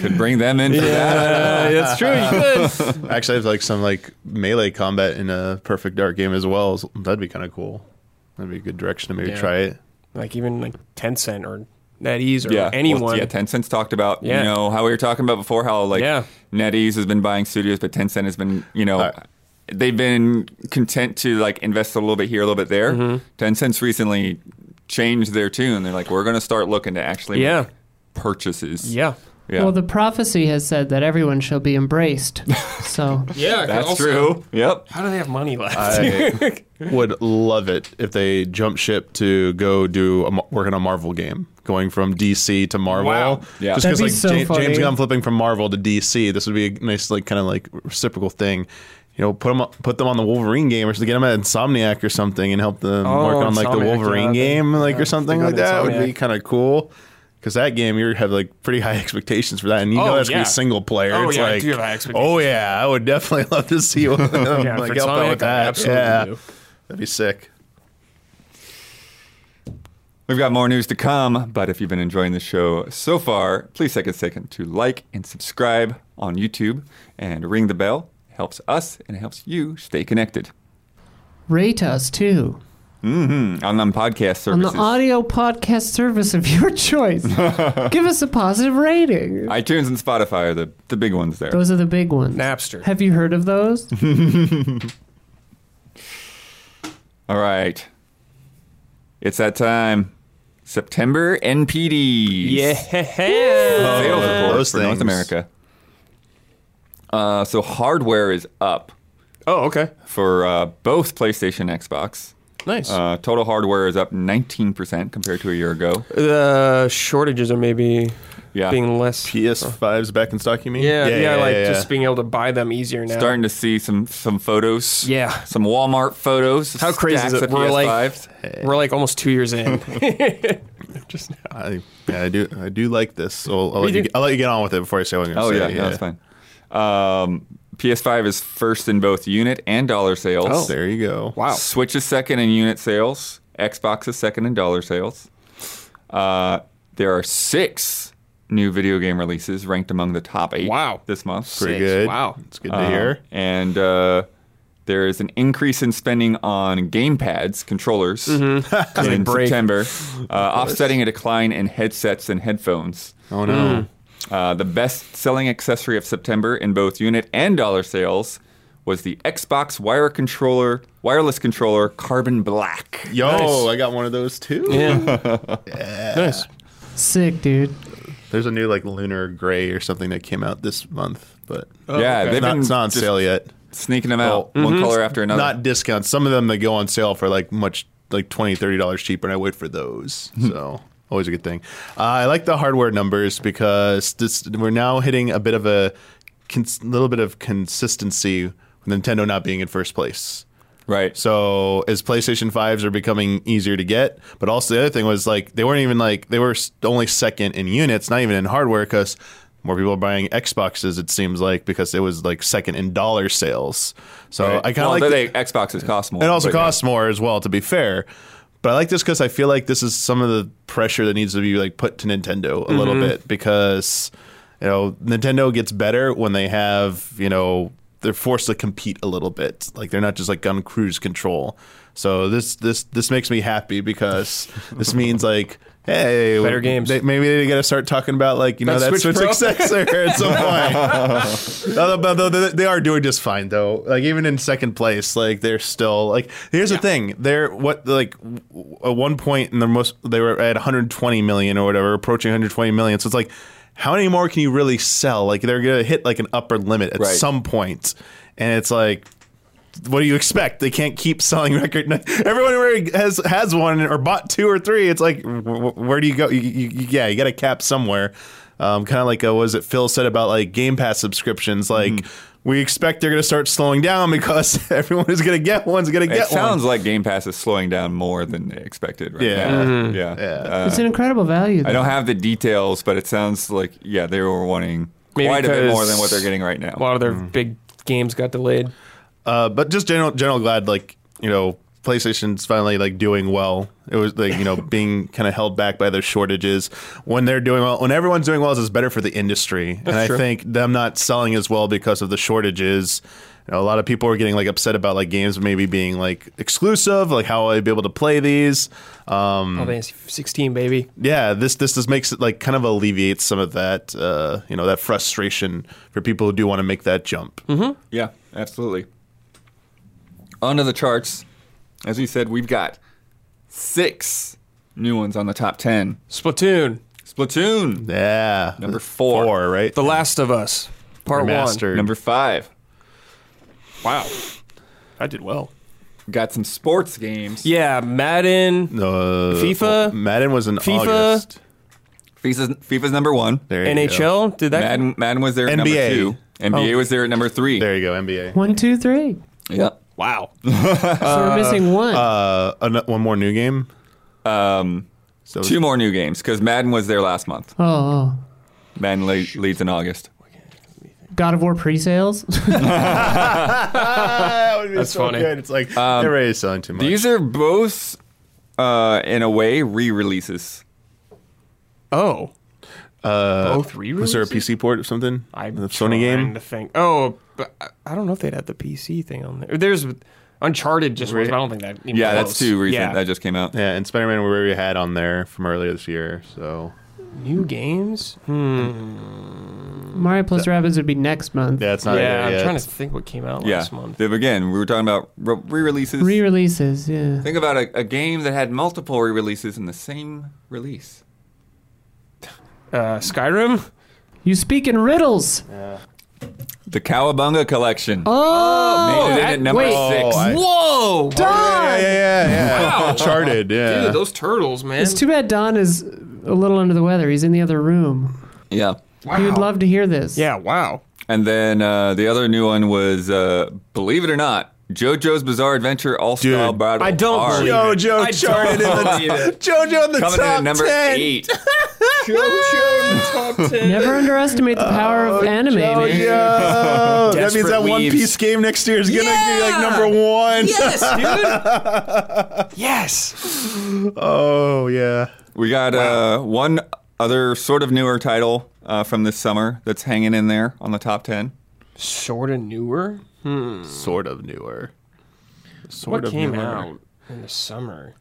Could bring them in for that.
that's true. You could.
Actually, I have like some like melee combat in a Perfect Dark game as well. So that'd be kind of cool. That'd be a good direction to maybe
Yeah.
try it.
like even like Tencent or NetEase or
Yeah,
anyone.
Well, yeah, Tencent's talked about
Yeah.
you know how we were talking about before how like
Yeah.
NetEase has been buying studios, but Tencent has been you know.
Uh,
They've been content to like invest a little bit here, a little bit there.
Mm-hmm.
Tencent's recently changed their tune. They're like, we're going to start looking to actually
Yeah.
make purchases.
yeah.
yeah.
Well, the prophecy has said that everyone shall be embraced. So
Yeah,
that's true. Yep.
How do they have money left?
I would love it if they jump ship to go do a, Mar- work on a Marvel game, going from DC to Marvel.
Wow.
Yeah.
just
That'd
because
be
like
so
Ja-
funny.
James Gunn flipping from Marvel to DC, this would be a nice like kind of like reciprocal thing. You know, put them put them on the Wolverine game or something. Get them at Insomniac or something and help them
Oh,
work on like the
Insomniac,
Wolverine
yeah, they-
game like
yeah,
or something
they go
like
to
that would be
Insomniac.
kind of cool. Because that game, you have like pretty high [laughs] expectations for that, and you know
Oh,
that's gonna
yeah.
be single player.
Oh,
it's
yeah, I
like,
do have high expectations.
oh yeah, I would definitely [laughs] love to see what
[laughs] [laughs] Yeah,
like
for
help out
Sonic,
with that.
I absolutely
yeah.
do.
That'd be sick.
We've got more news to come, but if you've been enjoying the show so far, please take a second to like and subscribe on YouTube and ring the bell. It helps us and it helps you stay connected.
rate us too.
Mm, On them podcast
on the
services.
audio podcast service of your choice. Give us a positive rating.
iTunes and Spotify are the, the big ones there.
those are the big ones.
Napster.
Have you heard of those?
All right. It's that time. September NPD.
[laughs] Yeah.
Sales report
those
for North
things.
America. Uh, so hardware is up
Oh, okay.
for uh, both PlayStation and Xbox.
Nice.
Uh, total hardware is up 19% compared to a year ago.
the shortages are maybe
Yeah.
being less.
PS5's back in stock, you mean?
yeah, yeah, like
yeah.
just being able to buy them easier now.
Starting to see some some photos.
Yeah.
Some Walmart photos. of
How crazy is
stacks
it?
of
We're like,
PS5s.
we're like almost two
[laughs]
years in.
I, yeah, I do. I do like this. So I'll, I'll let
do.
you. Get, I'll let you get on with it before I say what I'm going
Oh,
to say.
yeah, No, that's fine. Um, PS5 is first in both unit and dollar sales.
There you go.
Oh, Wow.
Switch is second in unit sales. Xbox is second in dollar sales. Uh, there are six new video game releases ranked among the top eight
Wow.
this month.
Pretty good.
Wow.
It's good to hear.
And uh, there is an increase in spending on game pads, controllers,
Mm-hmm. [laughs]
in
break.
September, uh, offsetting a decline in headsets and headphones. Mm.
Oh no.
Uh, the best selling accessory of September in both unit and dollar sales was the Xbox wire controller, wireless controller Carbon Black.
Yo,
Nice.
I got one of those too.
Yeah. Nice.
Sick, dude.
There's a new like lunar gray or something that came out this month, but
Oh,
yeah, they've
it's Oh, not,
been
it's not on
just
sale yet.
sneaking them out one color after another.
Mm-hmm. Not discounts. Some of them they go on sale for like much like 20 30 dollars cheaper and I wait for those.
Hmm.
so always a good thing. Uh, I like the hardware numbers because this we're now hitting a bit of a cons- little bit of consistency with Nintendo not being in first place.
right.
So as PlayStation 5s are becoming easier to get, but also the other thing was like they weren't even like they were s- only second in units, not even in hardware because more people are buying Xboxes it seems like because it was like second in dollar sales. So I kind
well,
of like
they,
th-
Xboxes cost more.
it also
but yeah.
costs more as well to be fair. But I like this because I feel like this is some of the pressure that needs to be like put to Nintendo a little bit because you know Nintendo gets better when they have you know they're forced to compete a little bit like they're not just like on cruise control. So this this this makes me happy because this means like hey
Better games.
they, maybe they got to start talking about like you know
That
that
Switch
Switch,
Pro?
successor at some [laughs] point. Although- but though they- they are doing just fine though. Like even in second place, like they're still like. Here's the thing: they're what like w- w- at one point in the most they were at 120 million or whatever, approaching 120 million. So it's like, how many more can you really sell? Like they're gonna hit like an upper limit at
Right.
some point, and it's like what do you expect? They can't keep selling [laughs] record. nu- Everyone already has has one or bought two or three. It's like, wh- wh- where do you go? You, you, you- yeah, you got to cap somewhere. Um, kind of like uh, what was it Phil said about like Game Pass subscriptions. Like
Mm-hmm.
we expect they're going to start slowing down [laughs] because everyone who's going to get one's going to
It
get
sounds
one.
like Game Pass is slowing down more than they expected. Right
Yeah.
now. yeah, Uh,
It's an incredible value.
I
though.
don't have the details, but it sounds like yeah, they were wanting
Maybe
quite a bit more
because
than what they're getting right now.
A lot of their big games got delayed.
Uh, but just general general glad like you know PlayStation's finally like doing well. It was like
[laughs]
you know being kind of held back by those shortages. When they're doing well, when everyone's doing well, it's better for the industry. and
true.
I think them not selling as well because of the shortages. You know, a lot of people are getting like upset about like games maybe being like exclusive, like how will I be able to play these.
Mm.
Um,
Oh, Fantasy 16, baby.
yeah, this this this makes it like kind of alleviates some of that uh, you know that frustration for people who do want to make that jump.
Mm-hmm.
Yeah, absolutely. Onto the charts. As we said, we've got six new ones on the top ten.
Splatoon,
Splatoon,
Yeah,
Number four.
four right?
The Last of Us, Part
Remastered.
number five.
One. Wow, I did well.
Got some sports games.
Yeah, Madden
Uh,
FIFA?
Madden was in
FIFA?
August.
FIFA's, FIFA's number one.
There you Go.
NHL. Did that?
Madden, Madden was there at number
NBA.
two. NBA was there at number three.
There you go. NBA.
One, two, three.
Yeah.
Wow.
So we're missing one.
Uh, an- one more new game.
Um,
So
two more new games because Madden was there last month.
oh, oh.
Madden le- leads in August.
God of War pre-sales. [laughs]
[laughs] that would be
That's
so
funny.
good. It's like they're already selling too much.
Um, These are both, uh, in a way, re-releases.
Oh,
uh,
both re
was there a PC port or something?
I'm
the Sony
trying
game.
to think. Oh, but I- I don't know if they'd had the PC thing on there. There's Uncharted just was, but I don't think that. even
Yeah, that's
close.
too recent.
Yeah.
That just came out.
Yeah, and Spider-Man we already had on there from earlier this year. So
New games.
Oh,
Hmm.
Mario plus Rabbids would be next month.
yeah, it's not.
yeah,
there
I'm
yet.
trying to think what came out
Yeah.
last month.
Then Again, we were talking about re- re-releases.
Re-releases. Yeah.
Think about a, a game that had multiple re-releases in the same release.
Uh, Skyrim.
You speak in riddles.
The Cowabunga Collection.
Oh,
Made it in at number
wait.
six.
Oh, I-
Whoa,
Yeah, yeah, yeah. yeah. Uncharted. Yeah.
dude, those turtles, man.
it's too bad Don is a little under the weather. He's in the other room.
yeah.
He would love to hear this.
Yeah, wow.
And then uh, the other new one was, uh, believe it or not, JoJo's Bizarre Adventure All Style
Dude,
Battle.
I don't
R.
believe it.
JoJo
I
charted in
don't believe
the
it.
JoJo in the
Coming in
top
at number
ten.
eight.
JoJo top ten.
Never underestimate the power of anime.
Oh,
man.
yeah. Oh, that means
Desperate
that One
weaves.
Piece game next year is going to be
Yeah.
like number one.
Yes, dude. yes.
[laughs] Oh, yeah.
We got uh, one other sort of newer title uh, from this summer that's hanging in there on the top 10.
Sort of newer.
Sort of newer. Sort
What
of
came
newer.
out in the summer?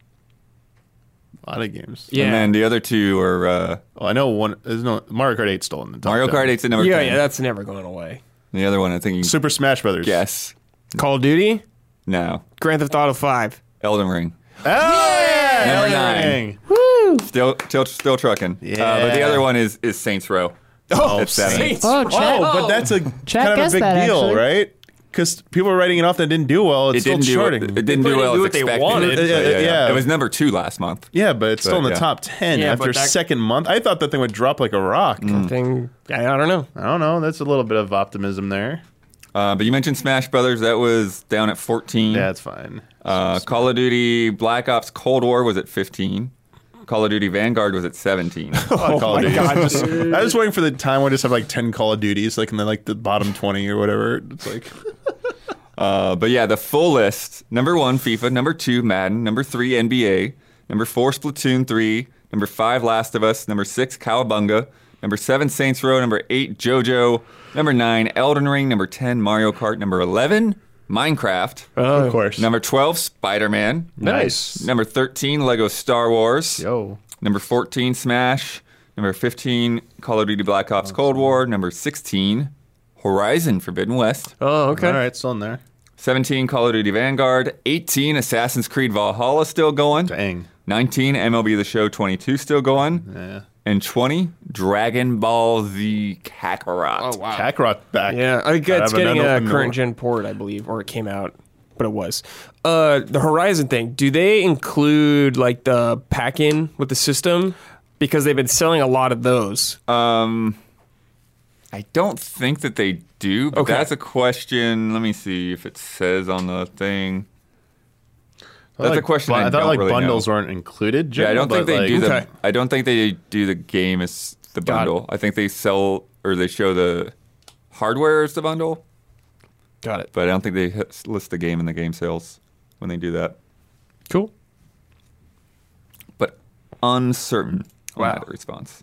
A lot of games.
Yeah.
And then the other two are uh,
Oh, I know one. There's no Mario Kart 8 still in the top.
Mario
ten.
Kart 8's at number
yeah,
10.
yeah, that's never going away.
the other one, I think you
Super Smash Brothers.
guess.
Call of Duty,
No.
Grand Theft Auto Five.
Elden Ring.
Ah, Number
nine. Still, still, still trucking. Uh, but the
Yeah.
other one is is Saints Row.
Oh,
It's seven.
Saints.
Oh, Chad.
Oh, but that's a
Chad
kind of a
guessed
big
that,
deal,
actually.
right? Because people are writing it off that didn't do well. It's
It
still
didn't do
charting.
it. It didn't
They
do well
didn't do
as
what they
expected.
wanted.
Yeah, yeah, yeah.
It was number two last month.
yeah, but it's still in the
yeah.
top ten
Yeah, but
after
that-
second month. I thought that thing would drop like a rock.
Mm.
Thing. I, I don't know.
I don't know. That's a little bit of optimism there.
Uh, but you mentioned Smash Brothers. That was down at 14.
That's fine.
Uh, Call of Duty Black Ops Cold War was at 15. Call of Duty Vanguard was at 17.
Oh Call of
my
Duty. [laughs]
God, [laughs]
Just- I was waiting for the time where I just have like ten Call of Duties, like in the like the bottom twenty or whatever. It's like
uh, but yeah, the full list: number one FIFA, number two Madden, number three NBA, number four Splatoon three, number five Last of Us, number six Cowabunga, number seven Saints Row, number eight JoJo, number nine Elden Ring, number ten Mario Kart, number eleven Minecraft,
of course.
number twelve Spider Man,
Uh.
[laughs]
Oh. Nice.
number thirteen Lego Star Wars,
Yo.
Number 14, Smash. Number 15, Call of Duty Black Ops Cold War. Number 16, Horizon Forbidden West.
Oh, okay.
All right, still in there.
17, Call of Duty Vanguard. 18, Assassin's Creed Valhalla still going.
Dang.
19, MLB The Show 22 still going.
Yeah.
And 20, Dragon Ball Z Kakarot.
Oh wow.
Kakarot back.
Yeah, I think
I
it's
have
getting
another
a
one.
current gen port, I believe, or it came out, but it was. Uh, the Horizon thing. Do they include like the pack in with the system? Because they've been selling a lot of those.
Um, I don't think that they do, but
Okay.
that's a question. Let me see if it says on the thing.
I thought,
That's a
like,
question
bu-
I
I, thought
don't
like
really know.
bundles weren't included.
Yeah, I
Jim,
don't think
but,
they
like,
do the.
Okay.
I don't think they do the game as the
Got it.
bundle. I think they sell or they show the hardware as the bundle,
Got it.
but I don't think they h- list the game in the game sales when they do that.
Cool.
But uncertain on
Wow.
that response.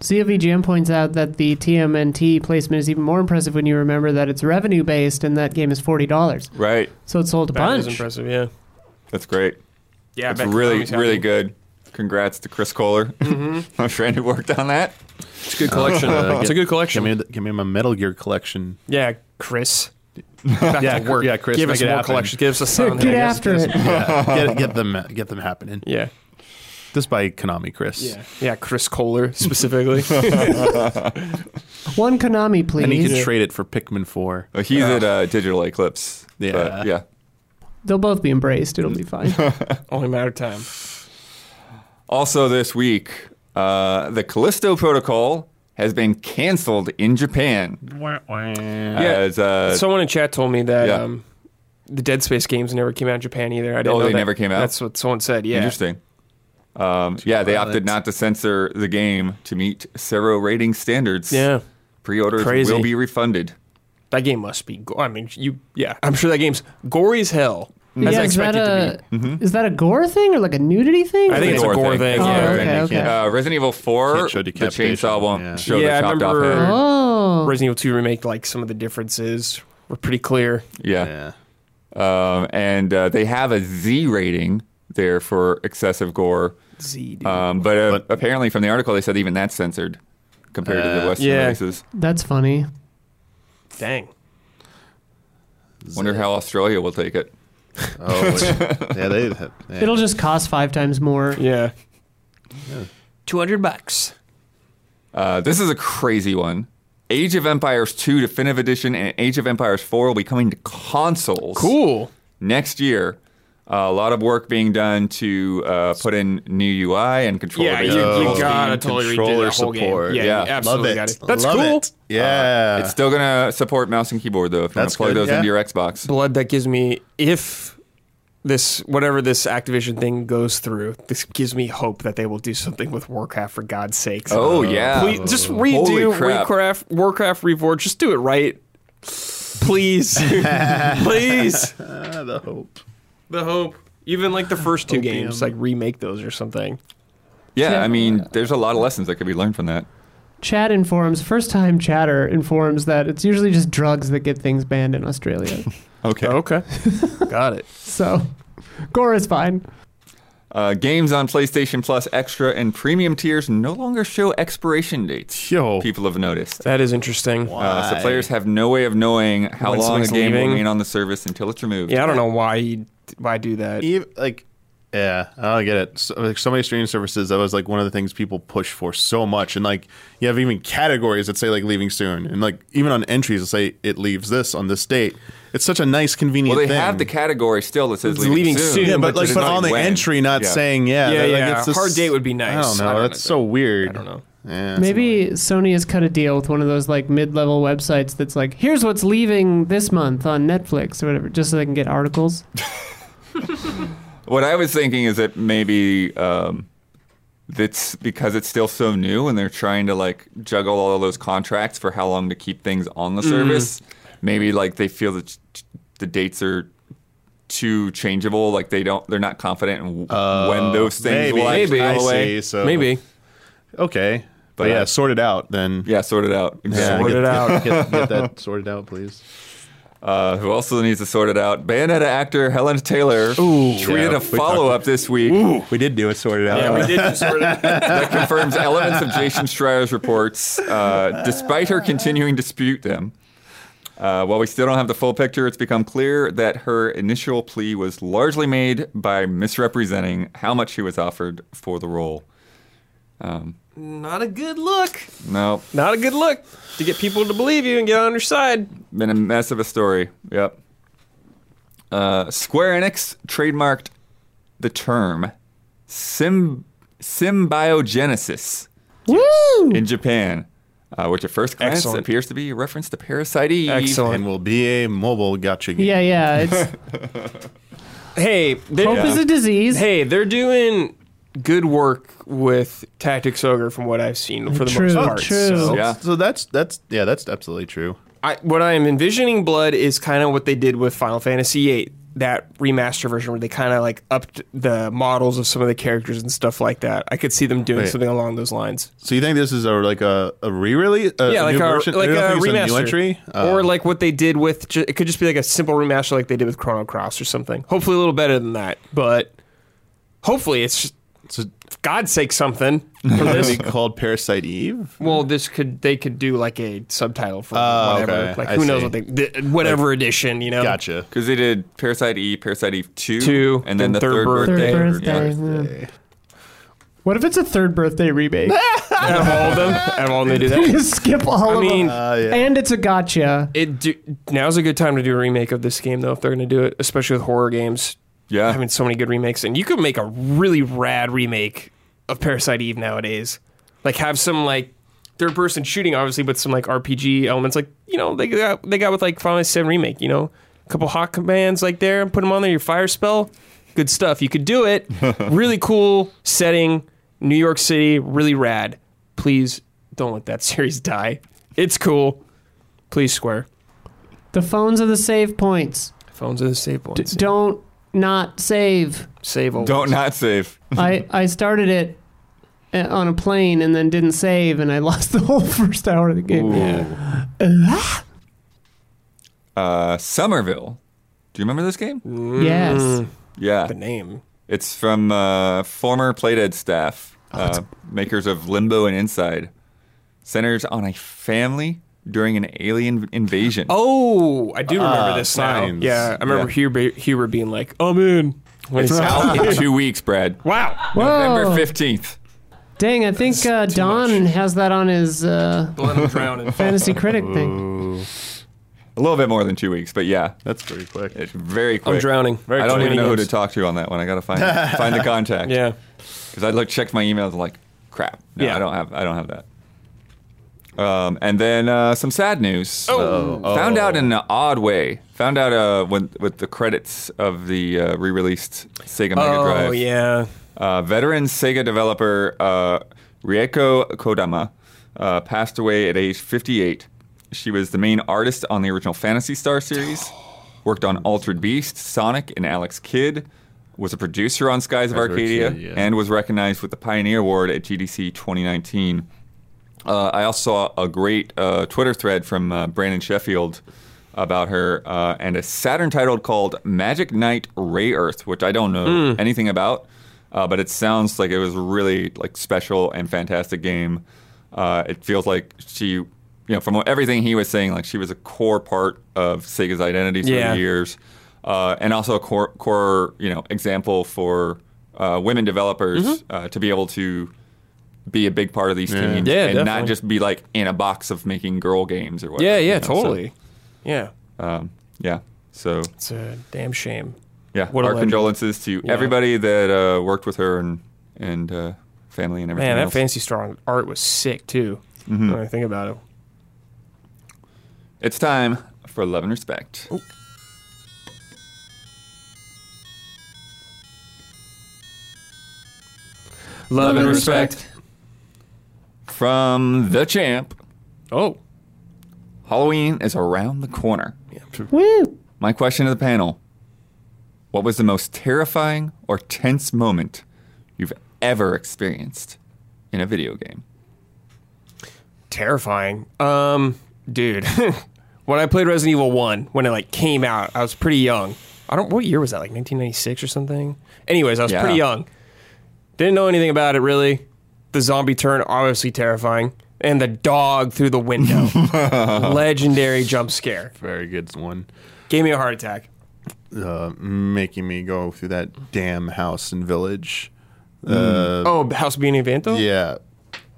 CFVGM points out that the TMNT placement is even more impressive when you remember that it's revenue based and that game is forty dollars.
Right.
So it sold a
That is
bunch.
impressive. Yeah.
That's great.
Yeah,
That's really really good. Congrats to Chris Kohler,
Mm-hmm.
[laughs] my friend who worked on that.
It's a good [laughs]
[laughs]
collection.
Uh,
it's a
get-
good collection.
Give me, the- give me my Metal Gear collection.
yeah, Chris.
[laughs]
Back
Yeah,
to work.
yeah, Chris,
Give
make
us
it
more
happen.
collections. Give us a sound.
Get after it.
[laughs] Yeah, get, get
[laughs]
them, get them happening.
Yeah.
This by Konami, Chris.
Yeah. Yeah. Chris Kohler specifically.
One Konami, please.
And you can trade it for Pikmin Four.
Uh, He's at uh, Digital Eclipse. but
Yeah.
yeah.
They'll both be embraced.
[laughs]
It'll be fine.
Only a matter of time.
Also this week, uh, the Callisto Protocol has been canceled in Japan.
[laughs] Yeah.
As, uh,
Someone in chat told me that
Yeah.
um, the Dead Space games never came out in Japan either. I didn't
Oh,
know
they
that.
never came out?
That's what someone said. Yeah.
Interesting. Um, yeah, they
violent.
opted not to censor the game to meet several rating standards.
Yeah.
Pre-orders
Crazy.
will be refunded.
That game must be. Go- I mean, you. Yeah, I'm sure that game's gory as hell. As
yeah,
I
is that
expected to
a
be.
is that a gore thing or like a nudity thing?
Mm-hmm. I think it's a gore thing,
It's a
yeah.
gore
Oh,
thing.
okay, okay.
Uh, Resident Evil 4,
Can't show
the
decapitation,
chainsaw won't
yeah.
show
Yeah,
the
I
chopped off
remember-
head.
Oh,
Resident Evil 2 remake, like some of the differences were pretty clear.
Yeah.
Yeah.
Um, and uh, they have a Z rating there for excessive gore.
Z, dude.
Um, but, uh,
But-
apparently from the article, they said even that's censored compared to the
Uh,
Western
yeah.
releases.
that's funny.
Dang.
Wonder how Australia will take it.
Oh, yeah. They. Yeah.
It'll just cost five times more.
Yeah. 200 bucks.
Uh, this is a crazy one. Age of Empires 2 Definitive Edition and Age of Empires 4 will be coming to consoles
Cool.
next year. Uh, a lot of work being done to uh, put in new UI and controller.
Yeah, you,
Oh.
you gotta totally redo
Controller
that whole
support.
game. Yeah,
Yeah.
you absolutely
Love it.
got
Uh,
it. That's
Love
cool.
it. Yeah.
It's still gonna support mouse and keyboard though. If you want
That's
to plug
good,
those
yeah.
into your Xbox,
blood that gives me if this whatever this Activision thing goes through, this gives me hope that they will do something with Warcraft for God's sakes.
Oh, yeah.
Please, just
Holy
redo
crap.
Warcraft Warcraft Reborn. Just do it right.
[laughs]
Please. Please.
Ah, the hope.
The hope. Even like the first two games, like remake those or something.
yeah,
Yeah.
I mean, there's a lot of lessons that could be learned from that.
Chat informs. First time chatter informs that it's usually just drugs that get things banned in
[laughs]
Australia.
Okay.
Okay. Got it.
so, gore is fine.
Uh, games on PlayStation Plus Extra and Premium tiers no longer show expiration dates.
Yo.
People have noticed.
That is interesting.
Uh, so players have no way of knowing how
When
long a
something's
game will
leaving.
remain on the service until it's removed.
Yeah, I don't know why you why do that.
Eve, like, yeah, I don't get it. So, like, so many streaming services, that was like one of the things people push for so much. And like, you have even categories that say like leaving soon, and like even on entries that say it leaves this on this date. It's such a nice, convenient.
Well, they
thing.
have the category still that says
It's
leaving,
leaving soon,
yeah, but
but
like,
just
but
not
on the
when.
entry, not
Yeah.
saying yeah.
Yeah,
that- like,
yeah.
it's this-
Hard date would be nice.
I don't know.
I don't
that's
know.
so weird.
I don't know.
Yeah, it's
Maybe Sony has cut a deal with one of those like mid-level websites that's like, here's what's leaving this month on Netflix or whatever, just so they can get
[laughs]
articles.
What I was thinking is that maybe um, that's because it's still so new and they're trying to like juggle all of those contracts for how long to keep things on
Mm-hmm.
the service. Maybe like they feel that ch- the dates are too changeable. Like they don't, they're not confident in w- when those things
Oh, maybe.
will actually
Maybe.
go
I
away.
see, so
Maybe.
okay, but,
But,
yeah,
uh,
sort it out then.
Yeah, sort it out.
Yeah,
Sort
get-
it out.
Get, get [laughs] that sorted out, please.
Uh, who also needs to sort it out? Bayonetta actor Helen Taylor tweeted
Yeah,
a
we
follow up this week.
We did do it. Sorted out. [laughs]
Yeah, we did just sort of.
that confirms elements of Jason Schreier's reports, uh, despite her continuing to dispute them. Uh, while we still don't have the full picture, it's become clear that her initial plea was largely made by misrepresenting how much she was offered for the role.
Not a good look.
No,
Not a good look to get people to believe you and get on your side.
been a mess of a story. Yep. Uh, Square Enix trademarked the term symb- symbiogenesis.
Woo!
in Japan, uh, which at first glance
Excellent.
appears to be a reference to Parasite Eve.
Excellent.
And will be a mobile gotcha game.
Yeah, yeah. It's,
Hey, they
hope is a disease.
hey, they're doing good work with Tactics Ogre from what I've seen for the
True,
most part.
true.
So
Yeah.
So that's that's yeah, that's absolutely true.
I, what I am envisioning Blood is kind of what they did with Final Fantasy VIII, that remaster version where they kind of like upped the models of some of the characters and stuff like that. I could see them doing
Wait.
something along those lines.
So you think this is a like a, a re-release? A, a
yeah, like
new
a
version?
like
You don't
a
think
remaster
it's new entry, Uh, [laughs]
or like what they did with ju- it could just be like a simple remaster like they did with Chrono Cross or something. Hopefully a little better than that, but hopefully it's just,
So-
for God's sake something.
[laughs] or maybe called Parasite Eve.
Well, this could they could do like a subtitle for
Oh,
whatever,
okay.
like
I
who knows
see.
what they th- whatever edition you know.
Gotcha.
Because they did Parasite Eve, Parasite Eve 2,
Two,
and then the
then Third
third, birthday.
Third
Yeah.
birthday. yeah. What if it's a third birthday
[laughs]
remake?
Out of all of them, out of all of them,
[laughs]
they do that.
Just skip all
I
of
mean,
them.
Uh, yeah.
And it's a gotcha.
it do, now's a good time to do a remake of this game though if they're going to do it, especially with horror games.
Yeah.
having so many good remakes, and you could make a really rad remake of Parasite Eve nowadays. Like have some like third person shooting, obviously, but some like RPG elements. Like you know they got they got with like Final Fantasy VII remake. You know, a couple hot commands like there, and put them on there. Your fire spell, good stuff. You could do it. really cool setting, New York City, really rad. Please don't let that [laughs] series die. It's cool. Please square.
The phones are the save points.
Phones are the save
D-
ones.
don't not save.
save old.
Don't not save.
[laughs] I, I started it uh, on a plane and then didn't save, and I [laughs] lost the whole first hour of the game.
Uh, Somerville. Do you remember this game?
Yes.
Yeah.
the name.
It's from uh, former Playdead staff,
Oh,
uh, makers of Limbo and Inside, centers on a family during an alien invasion.
Oh, I do remember
Ah,
this now.
signs.
Yeah, I remember
Yeah.
Huber, Huber being like, "I'm in." When
It's
he said-
out in two weeks, Brad.
[laughs] wow.
November
Whoa.
15th.
Dang, I think uh, Don has that on his uh,
Let him drown in
fantasy critic thing.
A little bit more than two weeks, but yeah,
That's pretty quick.
It's very quick.
I'm drowning.
I don't even
Winning
know who to
games.
talk to on that one. I gotta find find
[laughs]
the contact.
[laughs] Yeah.
because I look checked my emails like, crap. No,
Yeah.
I don't have I don't have that. Um, and then uh, some sad news. Oh, found out in an odd way. Found out uh, when, with the credits of the uh, re-released Sega Mega
Oh
Drive.
yeah.
Uh, veteran Sega developer uh, Rieko Kodama uh, passed away at age 58. She was the main artist on the original Fantasy Star series, worked on Altered Beast, Sonic, and Alex Kidd, was a producer on Skies of
Skies of
Arcadia,
Arcadia, yeah.
and was recognized with the Pioneer Award at GDC 2019. Uh, I also saw a great uh, Twitter thread from uh, Brandon Sheffield about her uh, and a Saturn title called Magic Knight Ray Earth, which I don't know anything about. uh, but it sounds like it was a really like special and fantastic game. Uh, it feels like she, you know, from everything he was saying, like she was a core part of Sega's identity through
Yeah.
the years, uh, and also a core, core you know example for uh, women developers uh, to be able to be a big part of these teams
Yeah,
and not
definitely.
just be like in a box of making girl games or whatever.
Yeah,
you
yeah,
know, so,
totally. Yeah.
um, yeah. So
It's a damn shame.
yeah,
What a
our
legend.
condolences to
Yeah.
everybody that uh, worked with her and and uh, family and everything.
Man, that
else.
fancy strong art was sick too. When I think about it.
It's time for love and respect.
Love
and respect. From the champ,
Oh.
Halloween is around the corner.
Woo!
My question to the panel: What was the most terrifying or tense moment you've ever experienced in a video game?
terrifying. Um, dude, [laughs] when I played Resident Evil One, when it like came out, I was pretty young. I don't. What year was that? Like 1996 or something. Anyways, I was
Yeah.
pretty young. Didn't know anything about it really. The zombie turn obviously terrifying, and the dog through the window, legendary jump scare.
Very good one.
Gave me a heart attack.
Uh, making me go through that damn house and village.
Oh, House of Beanie Vanto.
Yeah.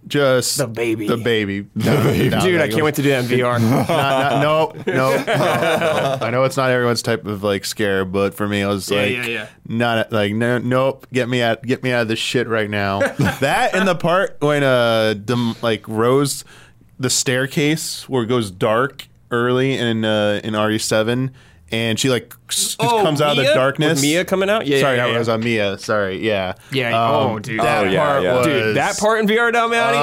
Just
The baby.
The baby. No, no,
Dude, I
no,
can't wait to do that in VR. [laughs]
not- not-
[laughs]
no, no, no, no. I know it's not everyone's type of like scare, but for me, I was like,
yeah, yeah.
not like no, nope. Get me out, get me out of this shit right now. [laughs] that and the part when uh, dem- like Rose, the staircase where it goes dark early in uh, in RE seven. And she like s- just
Oh,
comes out of the
Mia?
darkness.
With Mia coming out? Yeah,
Sorry,
yeah,
that
yeah.
was on Mia. Sorry, yeah. Um,
Yeah, oh, dude.
That
Oh, yeah,
part
yeah.
was
Dude, that part in VR now, Matty,
Uh,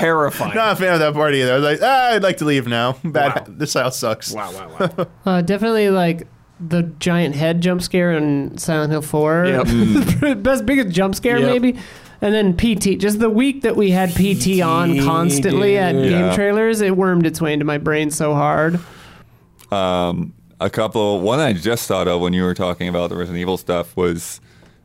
[laughs]
terrifying.
Not a fan of that part either. I was like, ah, I'd like to leave now. [laughs] Bad.
Wow.
This house sucks.
Wow, wow, wow.
Uh, definitely like the giant head jump scare in Silent Hill 4. [laughs]
Yep. Mm.
Best biggest jump scare
Yep.
maybe. And then PT, just the week that we had PT, on constantly at
dude.
game
Yeah.
trailers, it wormed its way into my brain so
[laughs]
hard.
um, a couple. One I just thought of when you were talking about the Resident Evil stuff was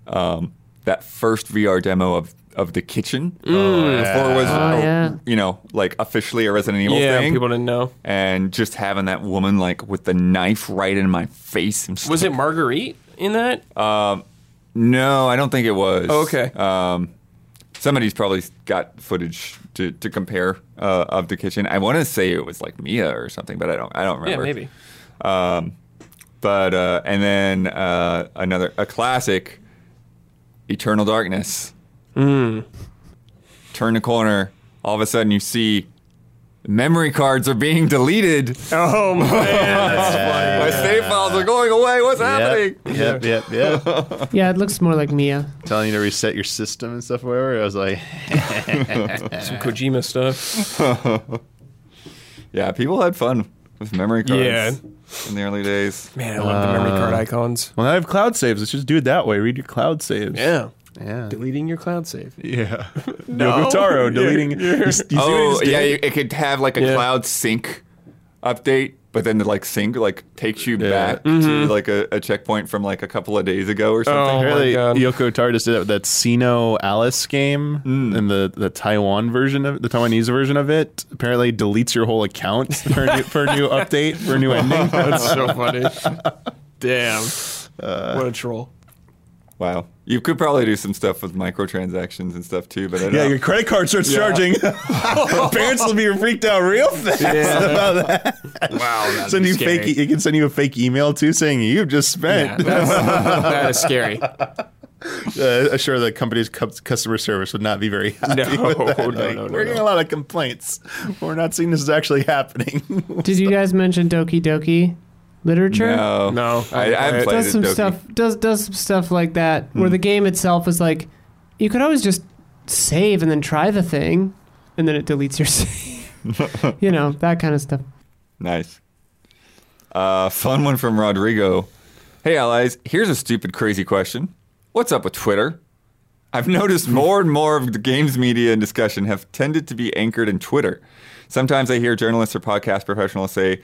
um, that first VR demo of of the kitchen.
Mm.
Uh, Before it was,
Oh,
a-
yeah.
you know, like officially a Resident Evil
yeah,
thing.
people didn't know.
and just having that woman like with the knife right in my face. And
Was it Marguerite in that?
No, I don't think it was.
Oh, okay.
Um, somebody's probably got footage to, to compare uh, of the kitchen. I want to say it was like Mia or something, but I don't. I don't
yeah,
remember.
maybe.
But uh, and then uh, another a classic, Eternal Darkness.
Hmm.
Turn the corner. All of a sudden, you see memory cards are being deleted.
Oh man,
My save files are going away. What's happening?
Yep, yep, yep, [laughs] yep.
Yeah, it looks more like Mia.
Telling you to reset your system and stuff, whatever. I was like,
some Kojima stuff.
Yeah, people had fun with memory cards.
Yeah.
in the early days.
Man, I love the memory card icons.
well, I have cloud saves. Let's just do it that way. Read your cloud saves.
Yeah,
Yeah.
deleting your cloud save.
[laughs] Yeah. [laughs]
No.
Yogotaro deleting. You, you see what he
Oh
just did?
yeah, you- it could have like a
Yeah.
cloud sync update, but then the like sync like takes you
Yeah. Mm-hmm.
back to like a, a checkpoint from like a couple of days ago or something.
Oh. my
Apparently,
God.
Yoko Taro just did that with that Sino Alice game and the, the Taiwan version of the Taiwanese version of it. Apparently, deletes your whole account [laughs] for a new, for a new update for a new [laughs] ending.
That's [laughs] so funny. Damn, what a troll.
Wow, you could probably do some stuff with microtransactions and stuff too, but I don't
Yeah, your credit card starts [laughs] charging. Parents will be freaked out real fast about that.
Wow,
Send you fake. e- It can send you a fake email too, saying you just spent.
that's, [laughs] that is scary.
Uh, I'm sure the company's cu- customer service would not be very happy. [laughs]
No,
with that.
no,
Like,
no, no,
We're getting
no.
a lot of complaints. We're not seeing this is actually happening. [laughs]
Did you guys mention Doki Doki literature?
No,
No,
I, I haven't
I-
played
does
it,
some
Doki.
stuff does does some stuff like that where the game itself is like you could always just save and then try the thing and then it deletes your [laughs] save. you know, that kind of stuff.
Nice. Uh, fun one from Rodrigo. Hey, allies, here's a stupid, crazy question. What's up with Twitter? I've noticed more and more of the games media and discussion have tended to be anchored in Twitter. Sometimes I hear journalists or podcast professionals say,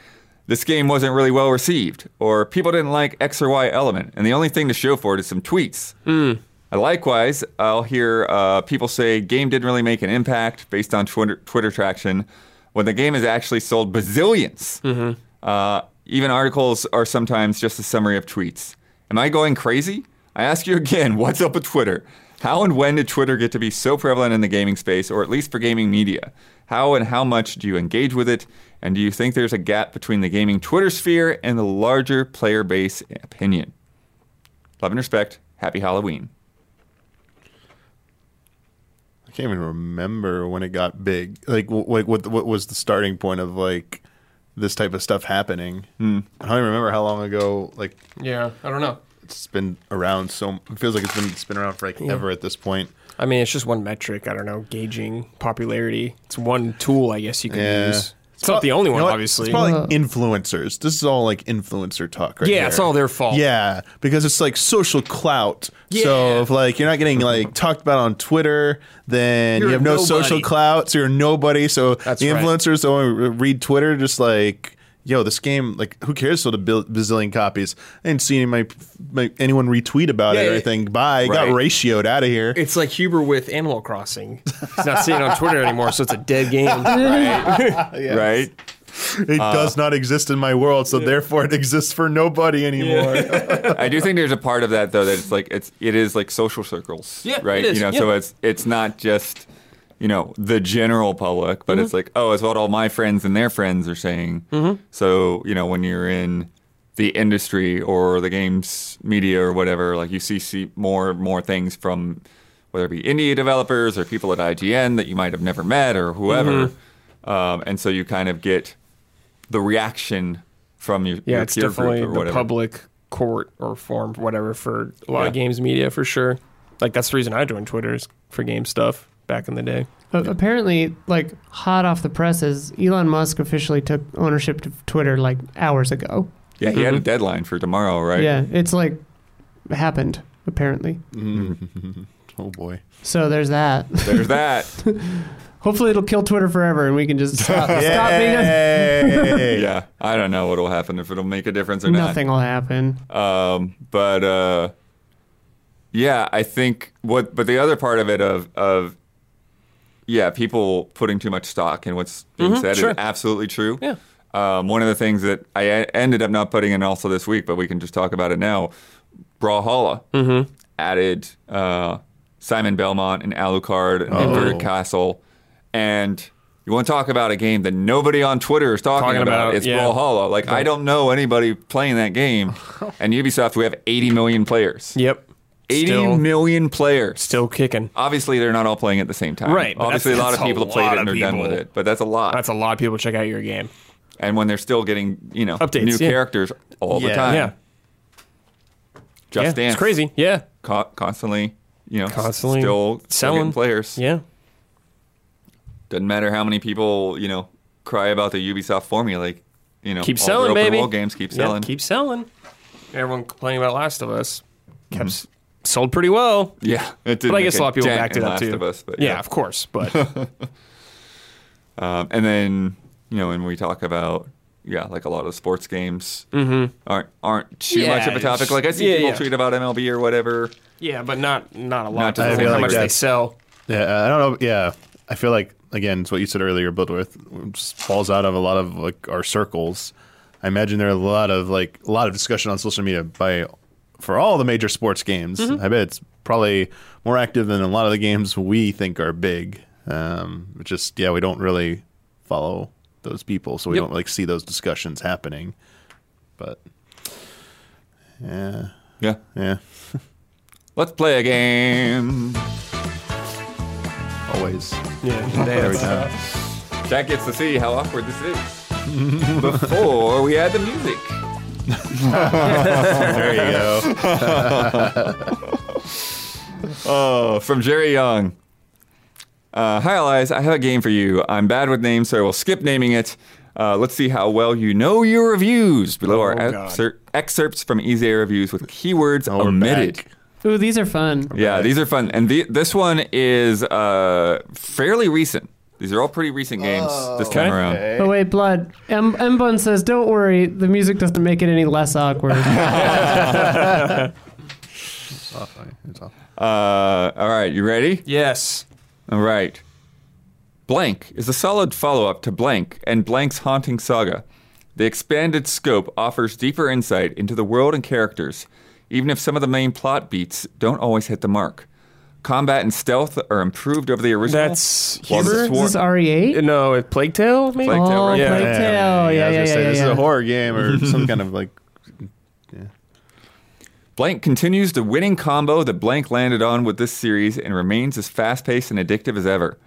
this game wasn't really well received, or people didn't like X or Y element, and the only thing to show for it is some tweets. Uh, Likewise, I'll hear uh, people say game didn't really make an impact based on Twitter, Twitter traction when the game has actually sold bazillions. Uh, even articles are sometimes just a summary of tweets. Am I going crazy? I ask you again, [laughs] what's up with Twitter? How and when did Twitter get to be so prevalent in the gaming space, or at least for gaming media? How and how much do you engage with it? And do you think there's a gap between the gaming Twitter sphere and the larger player base in opinion? Love and respect. Happy Halloween.
I can't even remember when it got big. Like, w- like what what was the starting point of like this type of stuff happening? I don't even remember how long ago. Like,
Yeah, I don't know.
it's been around so. It feels like it's been it's been around for like ever at this point.
I mean, it's just one metric. I don't know, gauging popularity. It's one tool, I guess you can
Yeah.
use. It's not the only
You
one,
know what?
obviously.
It's probably
Uh.
influencers. This is all like influencer talk, right?
yeah,
here.
it's all their fault.
Yeah, because it's like social clout. So
Yeah.
if like you're not getting like talked about on Twitter, then
You're
you have no
nobody.
social clout, so you're nobody. So
That's
the
right.
influencers that only read Twitter just like. Yo, this game, like, who cares? Sold a bil- bazillion copies. I didn't see any my, my anyone retweet about it
Yeah,
or
yeah.
anything. Bye, It got
Right.
ratioed out of
[laughs]
here.
It's like Huber with Animal Crossing. He's not seeing it on Twitter anymore, so it's a dead [laughs] game.
Right?
It
Uh.
does not exist in my world, so therefore it exists for nobody anymore.
I do think there's a part of that though that it's like it's it is like social circles.
Yeah, it
Right.
is,
You know,
yeah.
so it's it's not just you know the general public, but
Mm-hmm.
it's like oh, it's what all my friends and their friends are saying. So you know when you're in the industry or the games media or whatever, like you see see more and more things from whether it be indie developers or people at IGN that you might have never met or whoever,
Mm-hmm.
um, and so you kind of get the reaction from your
Yeah,
your
it's
peer
definitely
group or
the
whatever.
public court or form, whatever, for a lot of
Yeah.
games media for sure. Like that's the reason I joined Twitter is for game stuff back in the day.
A- apparently, like hot off the presses, Elon Musk officially took ownership of Twitter like hours ago.
Yeah, he had a
Mhm.
deadline for tomorrow, right?
Mm-hmm. Yeah, it's like happened apparently.
[laughs] oh boy.
So there's that. [laughs]
There's that.
Hopefully, it'll kill Twitter forever, and we can just stop, stop being. A-
Yay.
yeah. I don't know what'll happen if it'll make a difference
[laughs]
or
Nothing will happen.
not. Um, but uh, yeah, I think what. But the other part of it of of yeah, people putting too much stock in what's being said
Mm-hmm, sure.
is absolutely true.
Yeah.
Um, one of the things that I e- ended up not putting in also this week, but we can just talk about it now. Brawlhalla
Mm-hmm.
added uh, Simon Belmont and Alucard and Inverted Castle. And you want to talk about a game that nobody on Twitter is talking,
Talking
about,
about,
It's
yeah.
Brawlhalla. Like, I don't know anybody playing that
[laughs]
game. and Ubisoft, we have 80 million players.
Yep.
80
Still-
million players.
Still kicking.
Obviously, they're not all playing at the same time.
Right, but
Obviously, a
that's-
lot of
that's a
people have played
lot
it and
of
are done with
people.
it. But that's a lot
That's a lot of people check out your game.
and when they're still getting you know
Updates,
new
yeah.
characters all the
Yeah.
time.
Yeah.
Just
yeah.
Dance,
It's crazy. Yeah.
Co- constantly, you know, s-
Constantly
still still getting
selling.
players.
Yeah.
Doesn't matter how many people you know cry about the Ubisoft formula. Like, you know,
Keep
all
selling,
their open
baby.
World games keep
Yeah,
selling.
keep selling. Everyone complaining about Last of Us. Kept s sold pretty well.
yeah, it did
But I
Mm-hmm. make
guess a lot of people
dent
backed
in
it up
Last
too.
Of us, but
yeah, of course. But
[laughs] Um, and then you know, when we talk about yeah, like a lot of sports games aren't aren't too
Yeah,
much of a topic.
it's-
Like I see
yeah,
people
yeah.
tweet about MLB or whatever.
yeah, but not not a lot.
Not to the
depends
same
on how
like
much
that.
they sell.
Yeah, I don't know. Yeah, I feel like again, it's what you said earlier. Buildworth just falls out of a lot of like our circles. I imagine there are a lot of like a lot of discussion on social media by for all the major sports games.
Mm-hmm.
I bet it's probably more active than a lot of the games we think are big. Um, it's just yeah, we don't really follow those people, so we
Yep.
don't like see those discussions happening. But yeah,
Yeah,
yeah,
let's play a game.
always
Yeah, they-
[laughs]
every time.
Jack gets to see how awkward this is. Before we add the music.
There you [laughs] go.
Oh, from Jerry Young. Uh, Hi, Elias. I have a game for you. I'm bad with names, so I will skip naming it. Uh, let's see how well you know your reviews. Below are
Oh, God.
excer- excerpts from Easy Air reviews with keywords
Oh, we're
omitted.
back.
Ooh, these are fun.
Yeah, these are fun. And the, this one is uh, fairly recent. These are all pretty recent games this time
Okay.
around.
Oh wait, blood. M M Bun says, "Don't worry, the music doesn't
[laughs]
make it any less awkward."
It's awful. It's awful.
Uh, all right, you ready?
Yes.
All right. Blank is a solid follow up to Blank and Blank's Haunting Saga. The expanded scope offers deeper insight into the world and characters, even if some of the main plot beats don't always hit the mark. Combat and stealth are improved over the original.
That's
while the
Huber?
swar-
Is this E RE8?
No, it Plague Tale, maybe?
Plague Tale,
oh,
right?
Plague
Yeah.
Tale. Yeah, yeah,
I was
yeah.
gonna say,
yeah,
this is a horror game or some kind of like.
Blank continues the winning combo that Blank landed on with this series and remains as fast paced and addictive as ever.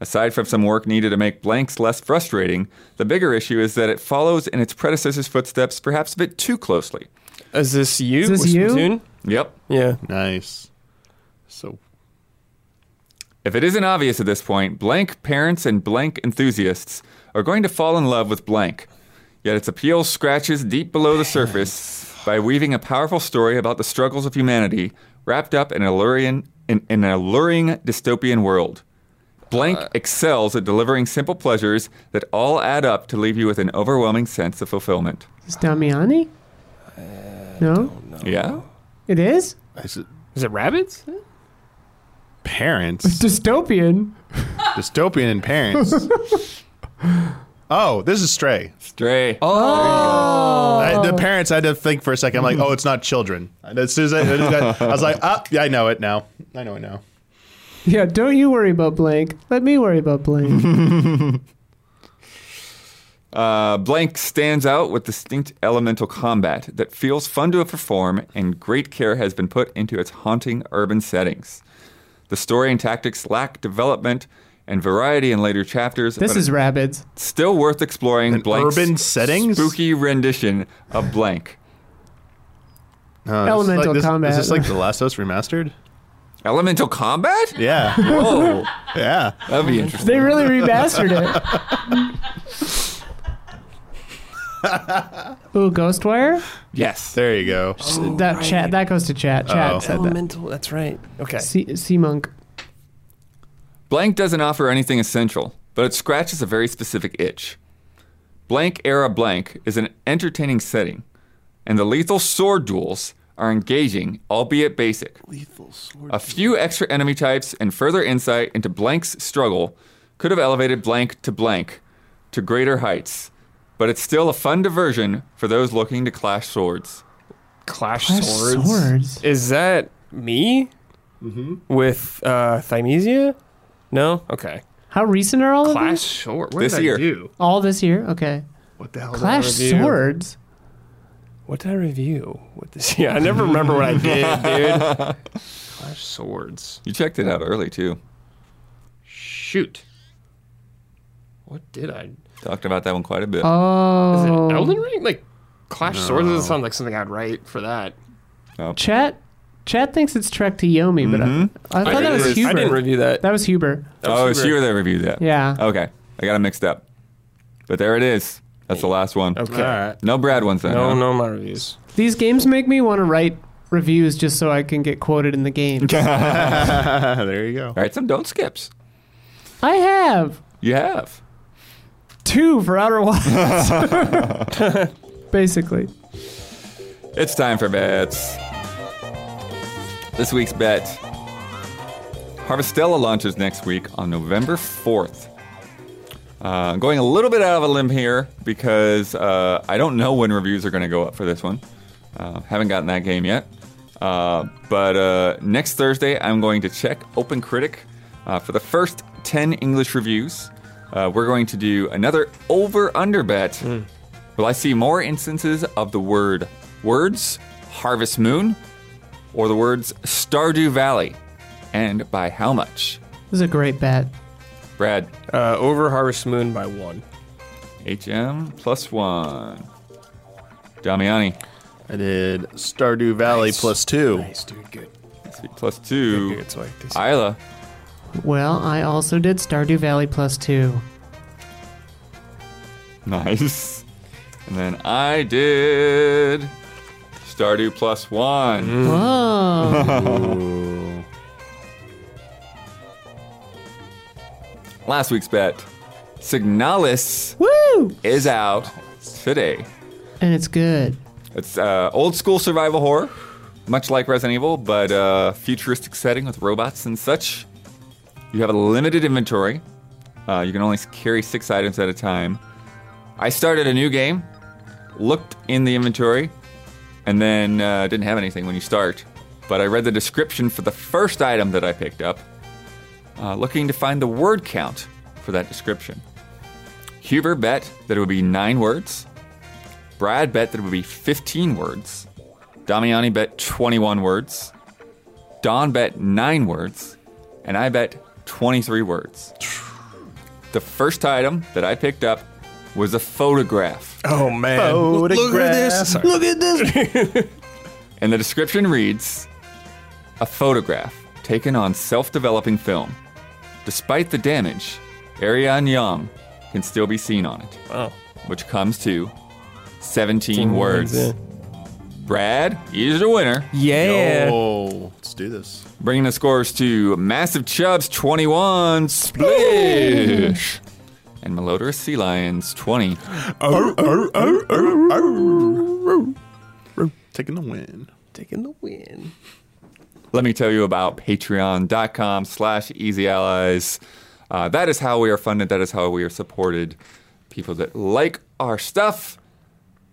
Aside from some work needed to make Blanks less frustrating, the bigger issue is that it follows in its predecessor's footsteps perhaps a bit too closely.
Is this you?
Is this
with
you?
Splatoon?
Yep.
Yeah.
Nice. So
If it isn't obvious at this point, blank parents and blank enthusiasts are going to fall in love with blank. Yet its appeal scratches deep below the surface by weaving a powerful story about the struggles of humanity wrapped up in, alluring, in, in an alluring dystopian world. Blank excels at delivering simple pleasures that all add up to leave you with an overwhelming sense of fulfillment.
Is Damiani? No?
Yeah?
It is?
I said,
Is it rabbits?
[laughs]
parents,
Dystopian.
dystopian and parents. Oh, this is Stray.
Stray.
I, the parents, I had to think for a second. I'm like, oh, it's not children. And As soon as I, I was like, ah, yeah, I know it now. I know it now.
Yeah, don't you worry about blank. Let me worry about
[laughs]
blank.
Uh, Blank stands out with distinct elemental combat that feels fun to perform, and great care has been put into its haunting urban settings. The story and tactics lack development and variety in later chapters.
this
but
is Rabbids.
it's still worth exploring.
An
Blank's
urban settings?
spooky rendition of Blank.
Uh, this is
Elemental
like, this,
combat.
Is this like The Last of Us remastered?
Elemental combat?
Yeah.
[laughs] Oh,
yeah.
that'd be interesting.
They
[laughs]
really remastered it. Ooh, Ghostwire?
Yes.
There you go.
that chat that goes to chat. Chat
Oh.
Uh-oh.
said that.
Elemental. That's right. Okay.
Sea, sea monk.
Blank doesn't offer anything essential, but it scratches a very specific itch. Blank Era Blank is an entertaining setting, and the lethal sword duels are engaging, albeit basic. Lethal sword a few extra enemy types and further insight into Blank's struggle could have elevated Blank to Blank to greater heights, but it's still a fun diversion for those looking to clash swords.
Clash,
Clash
swords.
swords.
Is that me? Mm-hmm. With uh, Thymesia? No. Okay.
How recent are all of
Clash
these?
sword. What
This
did
year.
I do?
All this year? Okay.
What the hell? did I
Clash
review?
swords?
What did I review? What this? [laughs] Yeah, I never remember what I did, dude. Clash swords.
You checked it out early, too.
Shoot. What did I?
Talked about that one quite a bit.
Oh.
Is it Elden Ring? Like Clash Swords doesn't sound like something I'd write for that.
Chat Chat thinks it's Trek to Yomi, but I, I thought that was Huber.
Mm-hmm. I didn't review that.
that was Huber.
oh,
Huber.
it's you that reviewed that.
Yeah.
Oh.
Okay, I got it mixed up. But there it is. That's the last one.
Okay.
All right.
No Brad ones then.
No,
huh?
no, my reviews.
These games make me want to write reviews just so I can get quoted in the game.
[laughs] there you go.
All right, some don't skips.
I have
You have.
two for Outer Wilds.
[laughs]
[laughs] Basically.
It's time for bets. This week's bet. Harvestella launches next week on November 4th. Uh, I'm going a little bit out of a limb here because uh, I don't know when reviews are going to go up for this one. Uh, haven't gotten that game yet. Uh, but uh, next Thursday, I'm going to check Open Critic uh, for the first 10 English reviews. Uh, we're going to do another over under bet. Will I see more instances of the word words harvest moon or the words Stardew Valley? And by how much?
This is a great bet.
Brad,
Uh, over Harvest Moon by one.
HM plus one. Damiani,
I did Stardew Valley plus two.
Nice, dude. Good.
SP plus two.
It's like this.
Isla,
Well, I also did Stardew Valley plus two.
nice. And then I did Stardew plus one.
Whoa.
Last week's bet, Signalis
[laughs] Woo!
is out today.
And it's good.
It's uh, old school survival horror. much like Resident Evil, but uh, futuristic setting with robots and such. You have a limited inventory. Uh, you can only carry six items at a time. I started a new game, looked in the inventory, and then uh, didn't have anything when you start. But I read the description for the first item that I picked up, uh, looking to find the word count for that description. Huber bet that it would be nine words. Brad bet that it would be 15 words. Damiani bet 21 words. Don bet 9 words. And I bet 23 words. The first item that I picked up was a photograph.
Oh man!
Look at this. Look at
[laughs]
this.
And the description reads A photograph taken on self developing film. Despite the damage, Ariane Young can still be seen on it,
Wow.
which comes to 17 words. Brad is the winner,
Yeah.
Oh, let's do this.
bringing the scores to Massive Chubs 21, Splish, and Malodorous Sea Lions 20.
Taking the win.
Taking the win.
let me tell you about patreon.com slash easy allies uh, that is how we are funded that is how we are supported people that like our stuff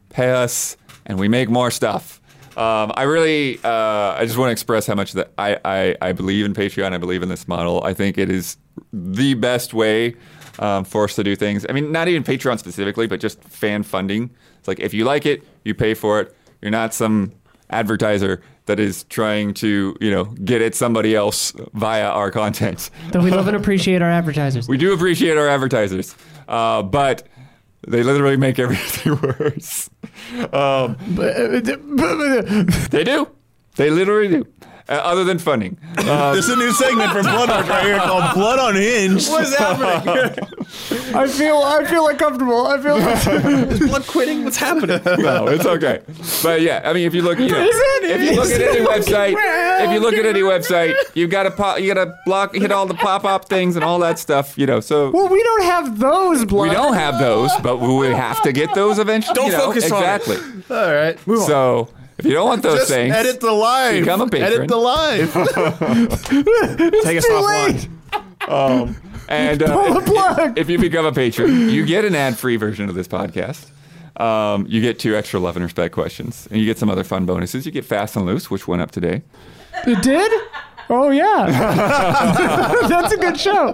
pay us and we make more stuff um, i really uh, i just want to express how much that I, I, I believe in patreon i believe in this model i think it is the best way um, for us to do things i mean not even patreon specifically but just fan funding it's like if you like it you pay for it you're not some advertiser that is trying to you know get at somebody else via our content
Though we love and appreciate our advertisers.
we do appreciate our advertisers, uh, but they literally make everything [laughs] worse. Um,
uh,
they do. They literally do. Uh, other than funding. Um,
Uh, This is a new segment from Blood Arch right here called Blood on Hinge.
What is happening?
I feel I feel uncomfortable. I
[laughs]
feel
Blood quitting?
[laughs]
What's happening?
no, it's okay. But yeah, I mean, if you look, you know, if you look at any website, if you look at any website, you've got to pop, you got to block, hit all the pop-up things and all that stuff. You know, so
Well, we don't have those blood.
we don't have those, but we would have to get those eventually.
Don't
you know,
focus on it.
exactly.
All right.
So if you don't want those
Just
things,
edit the live.
Become a patron.
Edit the live.
Take us
too
offline.
late.
And
Pull
uh,
the plug.
if you become a patron, you get an ad-free version of this podcast. Um, you get two extra love and respect questions, and you get some other fun bonuses. You get fast and loose, which went up today.
It did? Oh yeah. [laughs] That's a good show.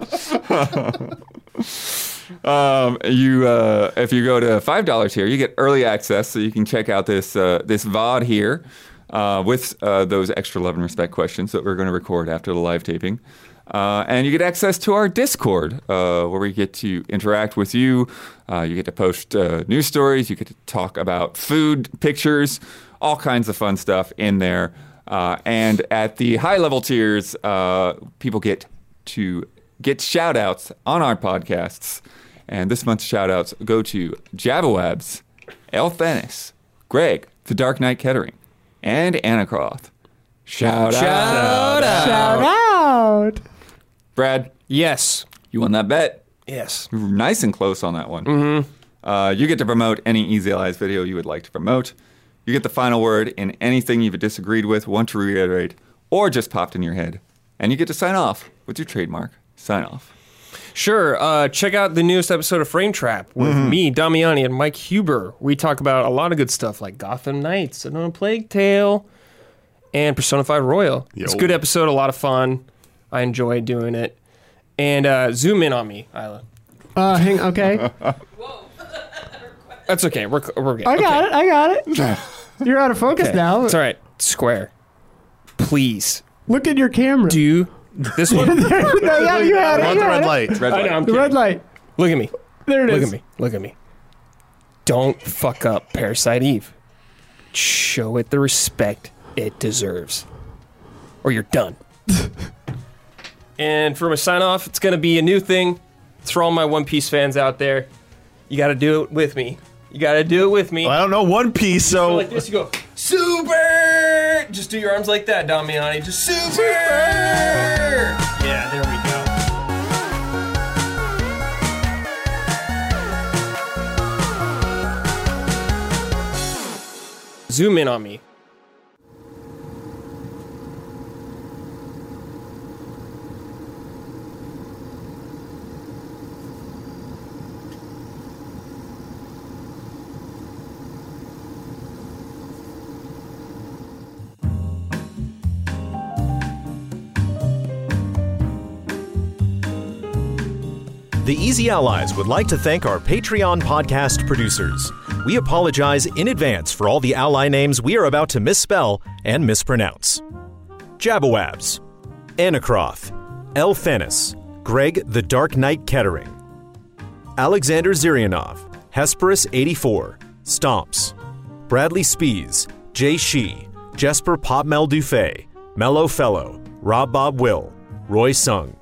Um, you, uh, if you go to five dollars here, you get early access, so you can check out this uh, this VOD here uh, with uh, those extra love and respect questions that we're going to record after the live taping. Uh, and you get access to our Discord, uh, where we get to interact with you. Uh, you get to post uh, news stories. You get to talk about food, pictures, all kinds of fun stuff in there. Uh, and at the high level tiers, uh, people get to get shout outs on our podcasts. And this month's shout outs go to Jabawabs, El Thanis, Greg, The Dark Knight Kettering, and Anacroth. Shout, out.
Shout out.
Brad,
Yes.
you won that bet.
Yes.
You were nice and close on that one. Mm-hmm. Uh, you get to promote any Easy Allies video you would like to promote. You get the final word in anything you've disagreed with, want to reiterate, or just popped in your head. And you get to sign off with your trademark sign off.
Sure. Uh, check out the newest episode of Frame Trap with me, Damiani, and Mike Huber. We talk about a lot of good stuff like Gotham Knights, Another Plague Tale, and Persona 5 Royal. It's a
Yo.
good episode, a lot of fun. I enjoy doing it. And uh, zoom in on me, Isla. [laughs]
Uh, hang. Okay.
That's okay. We're, we're good.
I got it. I got it. You're out of focus
Okay.
now.
It's all right. Square. Please
Look at your camera.
do this [laughs] one.
[laughs] no, yeah, you had it.
On
you
the
had
red
it.
light.
Red
I
light.
know, I'm
The
kidding.
red light.
Look at me.
There it is.
Look at me. Look at me. Don't fuck up Parasite Eve. Show it the respect it deserves. Or you're done. [laughs] and for my sign off, it's going to be a new thing. It's for all my One Piece fans out there. You got to do it with me. You got to do it with me.
I don't know One Piece,
Go
so
Like this, you go, super! Just do your arms like that, Damiani. Just super! Yeah, there we go. Zoom in on me.
The Easy Allies would like to thank our Patreon podcast producers. We apologize in advance for all the ally names we are about to misspell and mispronounce. Jabawabs, Anacroth, El Fennis, Greg the Dark Knight Kettering, Alexander Zirianov, Hesperus84, Stomps, Bradley Spees, Jay Shee, Jesper Popmel Dufay, Mellow Fellow, Rob Bob Will, Roy Sung,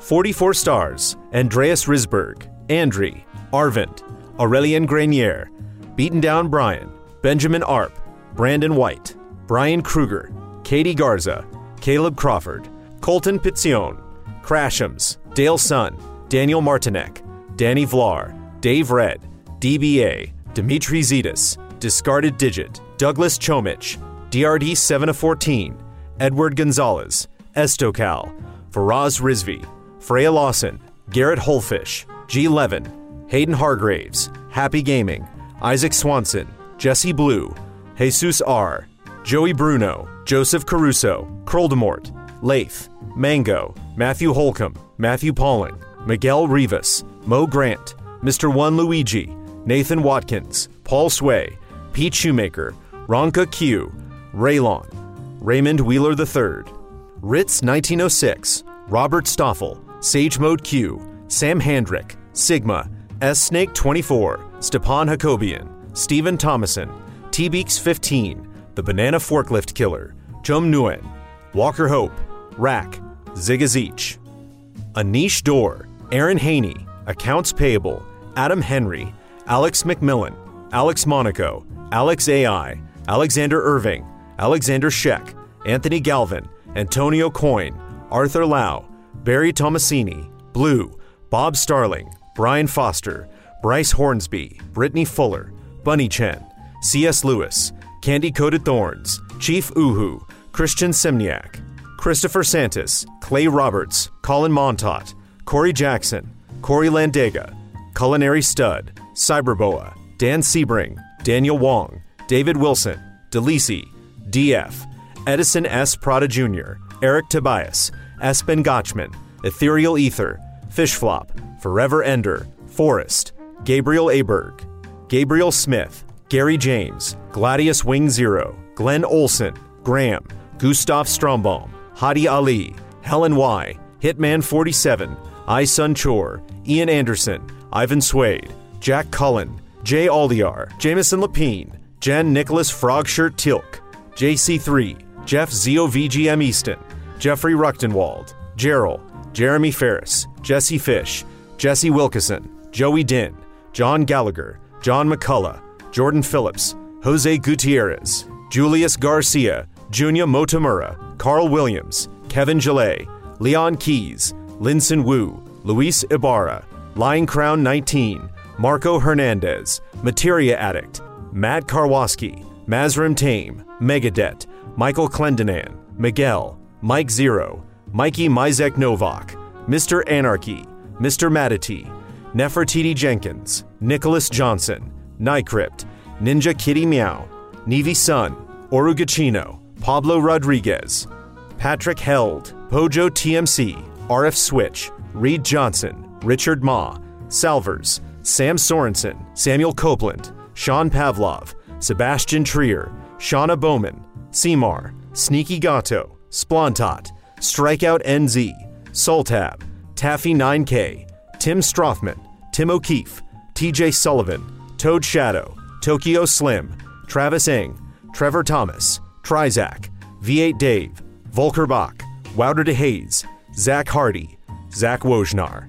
44 Stars, Andreas Risberg, Andri, Arvind, Aurelien Grenier, Beaten Down Brian, Benjamin Arp, Brandon White, Brian Kruger, Katie Garza, Caleb Crawford, Colton Pizzione, Crashams, Dale Sun, Daniel Martinek, Danny Vlar, Dave Red, DBA, Dimitri Zetas, Discarded Digit, Douglas Chomich, DRD 7 of 14, Edward Gonzalez, Estocal, Faraz Rizvi, Freya Lawson, Garrett Holfish, G. Levin, Hayden Hargraves, Happy Gaming, Isaac Swanson, Jesse Blue, Jesus R., Joey Bruno, Joseph Caruso, Kroldemort, Leif, Mango, Matthew Holcomb, Matthew Pauling, Miguel Rivas, Mo Grant, Mr. One Luigi, Nathan Watkins, Paul Sway, Pete Shoemaker, Ronka Q, Raylon, Raymond Wheeler III, Ritz 1906, Robert Stoffel, Sage Mode Q, Sam Handrick, Sigma, S Snake 24, Stepan Hakobian, Stephen Thomason, T Beaks 15, The Banana Forklift Killer, Jum Nguyen, Walker Hope, Rack, Zigazich, Anish Dorr, Aaron Haney, Accounts Payable, Adam Henry, Alex McMillan, Alex Monaco, Alex AI, Alexander Irving, Alexander Sheck, Anthony Galvin, Antonio Coyne, Arthur Lau, Barry Tomasini, Blue, Bob Starling, Brian Foster, Bryce Hornsby, Brittany Fuller, Bunny Chen, C.S. Lewis, Candy Coated Thorns, Chief Uhu, Christian Simniak, Christopher Santis, Clay Roberts, Colin Montot, Corey Jackson, Corey Landega, Culinary Stud, Cyberboa, Dan Sebring, Daniel Wong, David Wilson, Delisi, DF, Edison S. Prada Jr., Eric Tobias, Espen Gotchman, Ethereal Ether, Fishflop, Forever Ender, Forrest, Gabriel Aberg, Gabriel Smith, Gary James, Gladius Wing Zero, Glenn Olson, Graham, Gustav Strombaum, Hadi Ali, Helen Y, Hitman 47, I Sun Chor, Ian Anderson, Ivan Swade, Jack Cullen, Jay Aldiar, Jameson Lapine, Jen Nicholas Frogshirt Tilk, JC3, Jeff ZOVGM Easton, Jeffrey Ruchtenwald, Gerald, Jeremy Ferris, Jesse Fish, Jesse Wilkeson, Joey Din, John Gallagher, John McCullough, Jordan Phillips, Jose Gutierrez, Julius Garcia, Junia Motomura, Carl Williams, Kevin Gillet, Leon Keys, Linson Wu, Luis Ibarra, Lion Crown 19, Marco Hernandez, Materia Addict, Matt Karwaski, Mazrim Tame, Megadet, Michael Clendenan, Miguel, Mike Zero, Mikey Mizek Novak, Mr. Anarchy, Mr. Matity, Nefertiti Jenkins, Nicholas Johnson, Nycrypt, Ninja Kitty Meow, Nevi Sun, Orugachino, Pablo Rodriguez, Patrick Held, Pojo TMC, RF Switch, Reed Johnson, Richard Ma, Salvers, Sam Sorensen, Samuel Copeland, Sean Pavlov, Sebastian Trier, Shauna Bowman, Seymour, Sneaky Gato, Splontot, Strikeout NZ, Soltab, Taffy 9K, Tim Strothman, Tim O'Keefe, TJ Sullivan, Toad Shadow, Tokyo Slim, Travis Eng, Trevor Thomas, Trizac, V8 Dave, Volker Bach, Wouter DeHaze, Zach Hardy, Zach Wojnar.